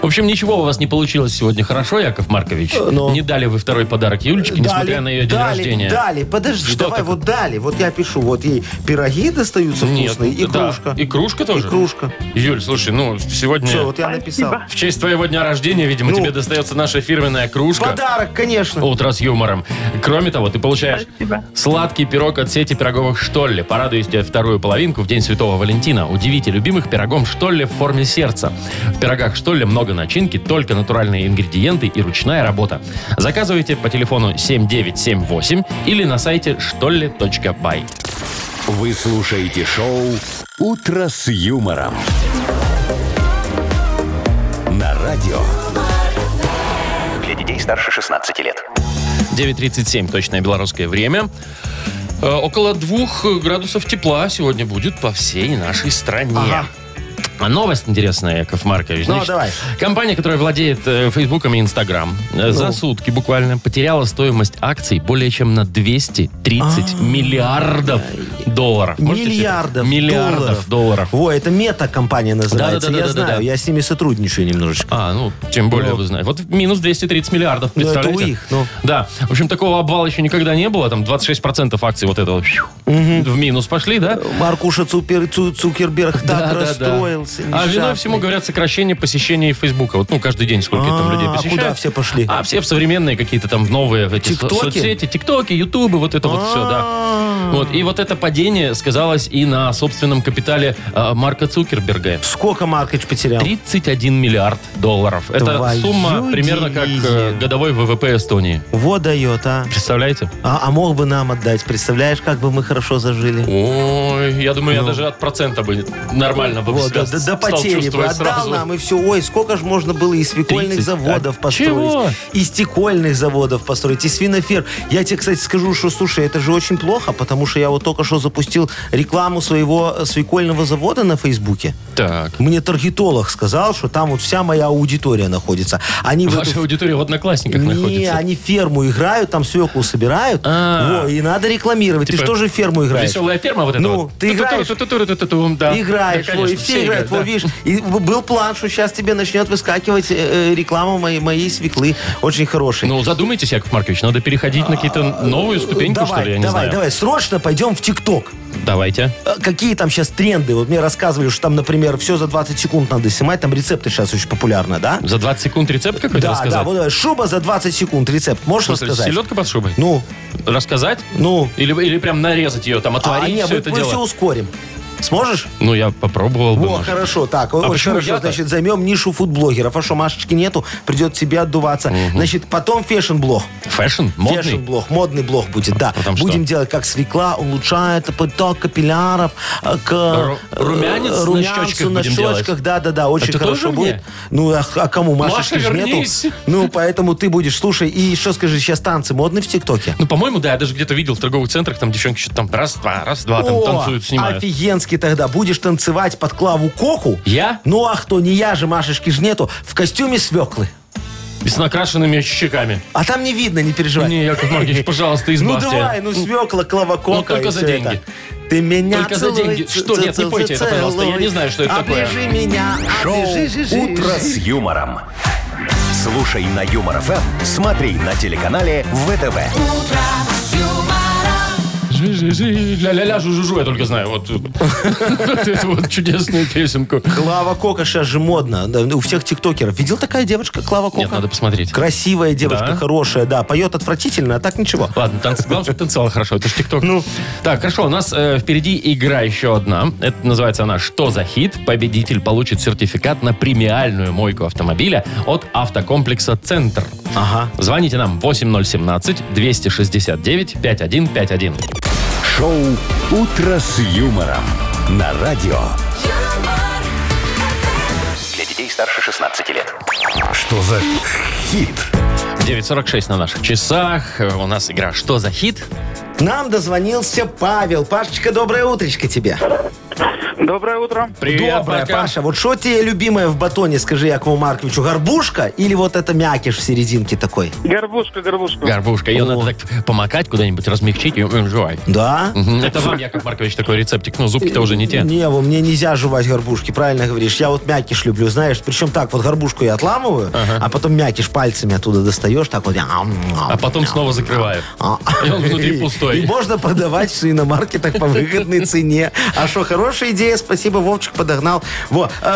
B: В общем, ничего у вас не получилось сегодня хорошо, Яков Маркович.
C: ну.
B: Не дали вы второй подарок Юлечке, несмотря на ее день
C: дали,
B: рождения.
C: Дали, подожди,
B: Что
C: давай
B: такое?
C: вот дали. Вот я пишу, вот ей пироги достаются
B: Нет,
C: вкусные и
B: да.
C: кружка.
B: И кружка тоже?
C: И кружка.
B: Юль, слушай, ну, сегодня...
C: Все, вот я написал.
H: Спасибо.
B: В честь твоего дня рождения, видимо,
C: Ну.
B: тебе достается наша фирменная кружка.
C: Подарок, конечно.
B: Утро с юмором. Кроме того, ты получаешь
H: Спасибо.
B: сладкий пирог от сети пироговых Штолле. Порадуй тебе вторую половинку в День Святого Валентина. Удивите любимых пирогом Штолле в форме сердца. В пирогах Штолле много начинки, только натуральные ингредиенты и ручная работа. Заказывайте по телефону 7978 или на сайте штолле.бай.
A: Вы слушаете шоу «Утро с юмором». На радио.
G: Для детей старше 16 лет.
B: 9.37, точное белорусское время. Э, Около двух градусов тепла сегодня будет по всей нашей стране.
C: Ага.
B: А новость интересная, Яков Маркович.
C: Ну, давай.
B: Компания, которая владеет э, Фейсбуком и Инстаграм, э,
C: Ну.
B: за сутки буквально потеряла стоимость акций более чем на 230 миллиардов долларов. Можете себе-
C: Миллиардов,
B: Миллиардов долларов.
C: Во, это мета-компания называется.
B: Да-да-да-да-да-да.
C: я знаю, я с ними сотрудничаю немножечко.
B: А, ну, тем более вы знаете. Вот минус 230 миллиардов,
C: Ну, это
B: представляете?
C: у их, ну.
B: Да. В общем, такого обвала еще никогда не было. Там 26% акций вот этого фью, в минус пошли, да?
C: Маркуша Цупер- Цу- Цукерберг так
B: Да, да, да.
C: расстроился.
B: А виной
C: несчастный.
B: всему, говорят, сокращение посещений Фейсбука. Вот, ну, каждый день сколько там
C: А,
B: людей
C: а
B: посещают.
C: куда все пошли?
B: А все в современные какие-то там в новые в эти со-
C: Тиктоки?
B: соцсети, тиктоки, ютубы, вот это вот все,
C: А.
B: да. Вот. И вот это падение сказалось и на собственном капитале э, Марка Цукерберга.
C: Сколько Маркович потерял?
B: 31 миллиард долларов. Это
C: Твою
B: сумма примерно как э,
C: дивизию.
B: годовой ВВП Эстонии.
C: Во дает, а.
B: Представляете?
C: а. а мог бы нам отдать, представляешь, как бы мы хорошо зажили.
B: Ой, я думаю, я даже от процента бы нормально бы
C: Вот,
B: себя
C: да, да,
B: Ну, стал
C: до потери бы
B: чувствовать
C: отдал
B: сразу.
C: нам, и все. Ой, сколько же можно было и свекольных
B: 30,
C: заводов
B: а
C: построить.
B: чего?
C: И стекольных заводов построить, и свинофер. Я тебе, кстати, скажу, что, слушай, это же очень плохо, потому что я вот только что запустил рекламу своего э, свекольного завода на Фейсбуке.
B: Так.
C: Мне таргетолог сказал, что там вот вся моя аудитория находится. Они в
B: Ваша
C: эту
B: аудитория в одноклассниках
C: Не,
B: находится.
C: они ферму играют, там свеклу собирают.
B: А.
C: Во, и надо рекламировать.
B: Типа
C: ты что же в ферму играешь?
B: Веселая ферма вот эта
C: Ну,
B: вот.
C: ты играешь.
B: Ту-ту-ту-ту-ту-ту-ту, да.
C: Играешь,
B: Да,
C: во,
B: конечно,
C: и все играют,
B: да.
C: во, видишь. И б- был план, что сейчас тебе начнет выскакивать э, э, реклама моей, моей свеклы, очень хорошей.
B: Ну, задумайтесь, Яков Маркович, надо переходить на какие-то новые ступеньку,
C: давай,
B: что ли, я не
C: А, ну, давай,
B: знаю.
C: давай, срочно пойдем в ТикТок.
B: Давайте.
C: Э, Какие там сейчас тренды? Вот мне рассказывали, что там, например, все за 20 секунд надо снимать, там рецепты сейчас очень популярны, да?
B: За 20 секунд рецепт какой-то
C: да,
B: рассказать?
C: да, вот э, шуба за 20 секунд, рецепт, можешь
B: В смысле,
C: рассказать?
B: селедка под шубой?
C: Ну,
B: Рассказать?
C: ну,
B: Или, или прям нарезать ее, там,
C: а,
B: отварить
C: не,
B: все
C: мы,
B: это
C: мы
B: дело?
C: все ускорим. Сможешь?
B: Ну, я попробовал бы,
C: О,
B: может.
C: хорошо, так, очень
B: А почему
C: хорошо,
B: я-то?
C: значит, займем нишу фудблогеров. А что, Машечки нету, придет тебе отдуваться. Значит, потом фешн-блог.
B: Фэшн? Модный?
C: Фешн-блог, модный блог будет, да.
B: потом что?
C: Будем делать как свекла, улучшает поток капилляров. э, К,
B: Ру- румянец на
C: румянцу
B: щечках
C: на
B: будем делать?
C: щечках, да-да-да, очень
B: Это
C: хорошо
B: тоже
C: будет.
B: мне?
C: Ну, а, а кому, Машечки
B: Маша,
C: ж нету?
B: вернись.
C: Ну, поэтому ты будешь, слушай, и еще скажи, сейчас танцы модны в ТикТоке?
B: Ну, по-моему, да, я даже где-то видел в торговых центрах, там девчонки что-то там раз-два, раз-два, А там
C: О,
B: танцуют, снимают.
C: Офигенски тогда. Будешь танцевать под Клаву Коку?
B: Я?
C: Ну а кто, не я же, Машечки ж нету, в костюме свеклы.
B: И с накрашенными щеками.
C: А там не видно, не переживай.
B: Не, Яков Маркович, пожалуйста,
C: ну
B: избавьте.
C: давай, ну свекла, Клава Кока.
B: Ну, только
C: и
B: за
C: всё
B: деньги.
C: это. Ты меня
B: Только за
C: целуй,
B: деньги.
C: ц-
B: Что,
C: ц-
B: нет, не
C: ц-
B: пойте это,
C: целуй.
B: пожалуйста, я не знаю, что это такое.
C: Оближи меня,
A: Шоу
C: оближи, жи- жи-
A: «Утро с юмором». Слушай на Юмор ФМ, смотри на телеканале ВТВ.
B: Жи-жи-жи, ля-ля-ля, жу-жу-жу, я только знаю. Вот вот эту вот чудесную песенку.
C: Клава Кока сейчас же модно. Да, У всех тиктокеров. Видел такая девочка Клава Кока?
B: Нет, надо посмотреть.
C: Красивая девочка,
B: Да?
C: хорошая, да. Поет отвратительно, а так ничего.
B: Ладно, танц... главное, чтобы танцевала хорошо. Это же ТикТок. Ну. Так, хорошо, у нас э, впереди игра еще одна. Это называется она «Что за хит?». Победитель получит сертификат на премиальную мойку автомобиля от автокомплекса «Центр».
C: Ага.
B: Звоните нам 8017-269-5151.
A: Шоу «Утро с юмором» на радио.
I: юмор,
G: Для детей старше 16 лет.
A: Что за хит?
B: 9.46 на наших часах. Э, У нас игра «Что за хит?».
C: К нам дозвонился Павел. Пашечка, доброе утречко тебе.
E: Доброе утро.
B: Привет,
C: Доброе,
B: Марка.
C: Паша. Вот что тебе любимое в батоне, скажи Якову Марковичу, горбушка или вот это мякиш в серединке такой?
E: Горбушка, горбушка.
B: Горбушка, ее надо так помакать куда-нибудь, размягчить и м, жевать.
C: Да?
B: Мгм. Это вам, Яков Маркович, такой рецептик. Ну, зубки-то уже не те.
C: Не, во мне нельзя жевать горбушки, правильно говоришь. Я вот мякиш люблю, знаешь. Причем так, вот горбушку я отламываю, а потом мякиш пальцами оттуда достаешь, так вот.
B: А потом снова закрывают. И он внутри
C: А. И
B: пустой.
C: можно продавать в иномаркетах по выгодной цене. А что, хорошая идея, спасибо, Вовчик подогнал. Во, э, э,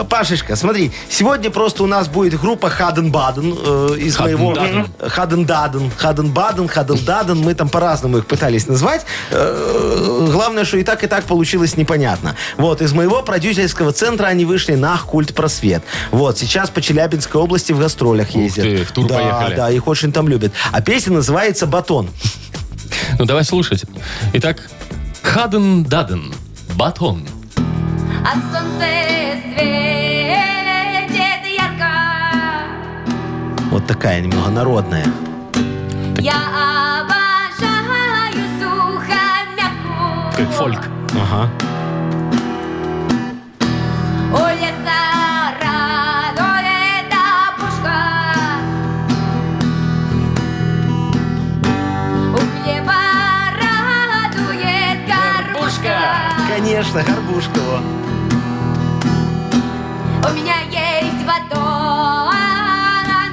C: м, Пашечка, смотри, сегодня просто у нас будет группа Хаден-Баден э, из моего...
B: Хаден-Даден.
C: Хаден-Даден. Хаден-Баден, Хаден-Даден. Мы там по-разному их пытались назвать. Э, Главное, что и так, и так получилось непонятно. Вот, из моего продюсерского центра они вышли на культ просвет. Вот, сейчас по Челябинской области в гастролях ездят.
B: ты, в тур
C: да,
B: поехали.
C: Да, их очень там любят. А песня называется «Батон».
B: Ну, давай слушать. Итак, Хаден-Даден. Батон.
I: А солнце светит ярко.
C: Вот такая немного народная.
I: Я обожаю сухомятку.
B: Как фольк.
C: Ага.
I: У леса радует опушка. У хлеба радует горбушка.
C: Конечно, горбушка.
I: У меня есть батон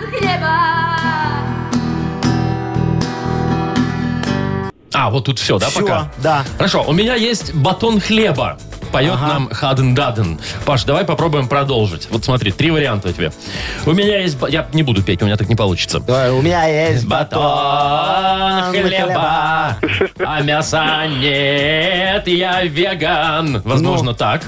I: хлеба.
B: А, вот тут все, да,
C: Всё,
B: пока?
C: да.
B: Хорошо, у меня есть батон хлеба. Поет нам Хаден Даден. Паш, давай попробуем продолжить. Вот смотри, три варианта у тебя. У меня есть... ба- Я не буду петь, у меня так не получится.
C: у меня есть А, ну,
B: Батон хлеба, а мяса нет, я
C: Ну.
B: веган. Возможно, так.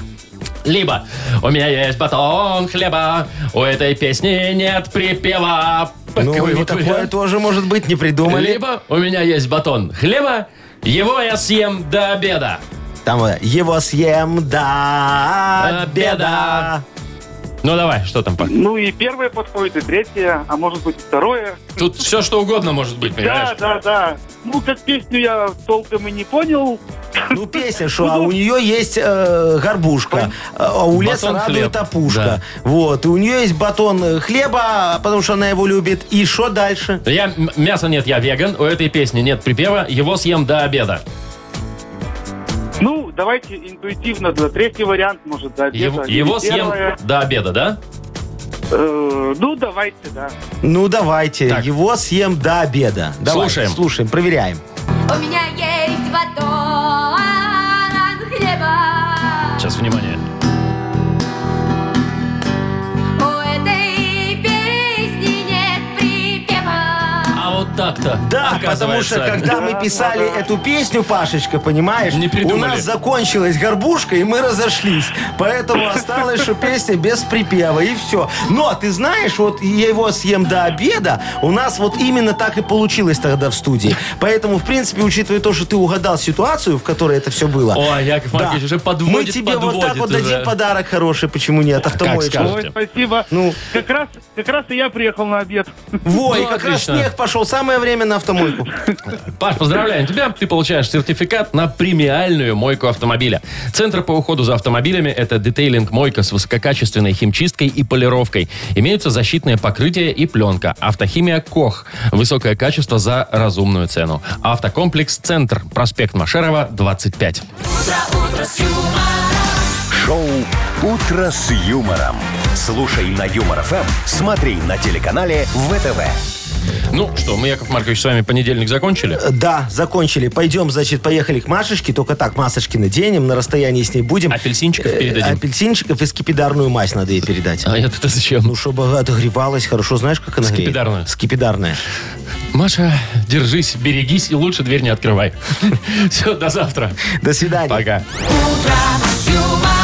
B: Либо у меня есть батон хлеба, у этой песни нет припева.
C: Ну,
B: Какой
C: и
B: вот
C: такое
B: вариант?
C: тоже, может быть, не придумали.
B: Либо у меня есть батон хлеба, его я съем до обеда.
C: Там вот, его съем до
B: Обеда.
C: обеда.
B: Ну давай, что там? Пак?
F: Ну и первое подходит, и третье, а может быть и второе.
B: Тут все что угодно может быть,
F: Да,
B: понимаешь?
F: да, да. Ну, как песню я толком и не понял.
C: Ну, песня, что а у нее есть э, горбушка, а у леса
B: Батон
C: радует
B: хлеб.
C: опушка. Вот, и у нее есть батон э, хлеба, потому что она его любит. И что дальше?
B: Я м- мяса нет, я веган. У этой песни нет припева, его съем до обеда.
F: Ну, давайте интуитивно, да, третий вариант, может, да,
B: Его,
F: где-то.
B: его
F: Или
B: съем
F: первое.
B: до обеда, да?
F: Э, ну, давайте, да.
C: Ну, давайте,
B: Так.
C: его съем до обеда. Давай,
B: Слушаем.
C: Слушаем, проверяем.
I: У меня есть батон хлеба.
B: Сейчас внимание.
I: У этой песни нет припева.
B: А вот так-то.
C: Да, потому
B: оказывается.
C: что когда мы писали эту песню, Пашечка, понимаешь,
B: Не
C: у
B: придумали.
C: нас закончилась горбушка, и мы разошлись. Поэтому осталось, что песня без припева, и все. Но, ты знаешь, вот я его съем до обеда, у нас вот именно так и получилось тогда в студии. Поэтому, в принципе, учитывая то, что ты угадал ситуацию, в которой это все было.
B: Ой, Яков Маркович уже подводит,
C: Мы тебе вот
B: подводит
C: так вот
B: уже.
C: дадим подарок хороший, почему нет, автомоечку.
B: скажешь.
F: Ой, спасибо.
C: Ну.
F: Как раз, как раз и я приехал на обед.
C: Во, и
B: Ну,
C: как раз
B: отлично.
C: снег пошел, самое время на автомойку.
B: Паш, поздравляем тебя. Ты получаешь сертификат на премиальную мойку автомобиля. Центр по уходу за автомобилями – это детейлинг-мойка с высококачественной химчисткой и полировкой. Имеются защитное покрытие и пленка. Автохимия «Кох». Высокое качество за разумную цену. Автокомплекс «Центр». Проспект Машерова, 25.
A: Шоу «Утро с юмором». Слушай на Юмор ФМ, смотри на телеканале ВТВ.
B: Ну что, мы, Яков Маркович, с вами понедельник закончили?
C: Да, закончили. Пойдем, значит, поехали к Машечке. Только так масочки наденем, на расстоянии с ней будем.
B: Апельсинчиков
C: Э,
B: передадим.
C: Апельсинчиков и скипидарную мазь надо ей передать.
B: А это зачем?
C: Ну, чтобы отогревалась хорошо. Знаешь, как она греет?
B: Скипидарную.
C: Скипидарная.
B: Маша, держись, берегись и лучше дверь не открывай. Все, до завтра.
C: До свидания.
B: Пока.
I: Утро с юмором.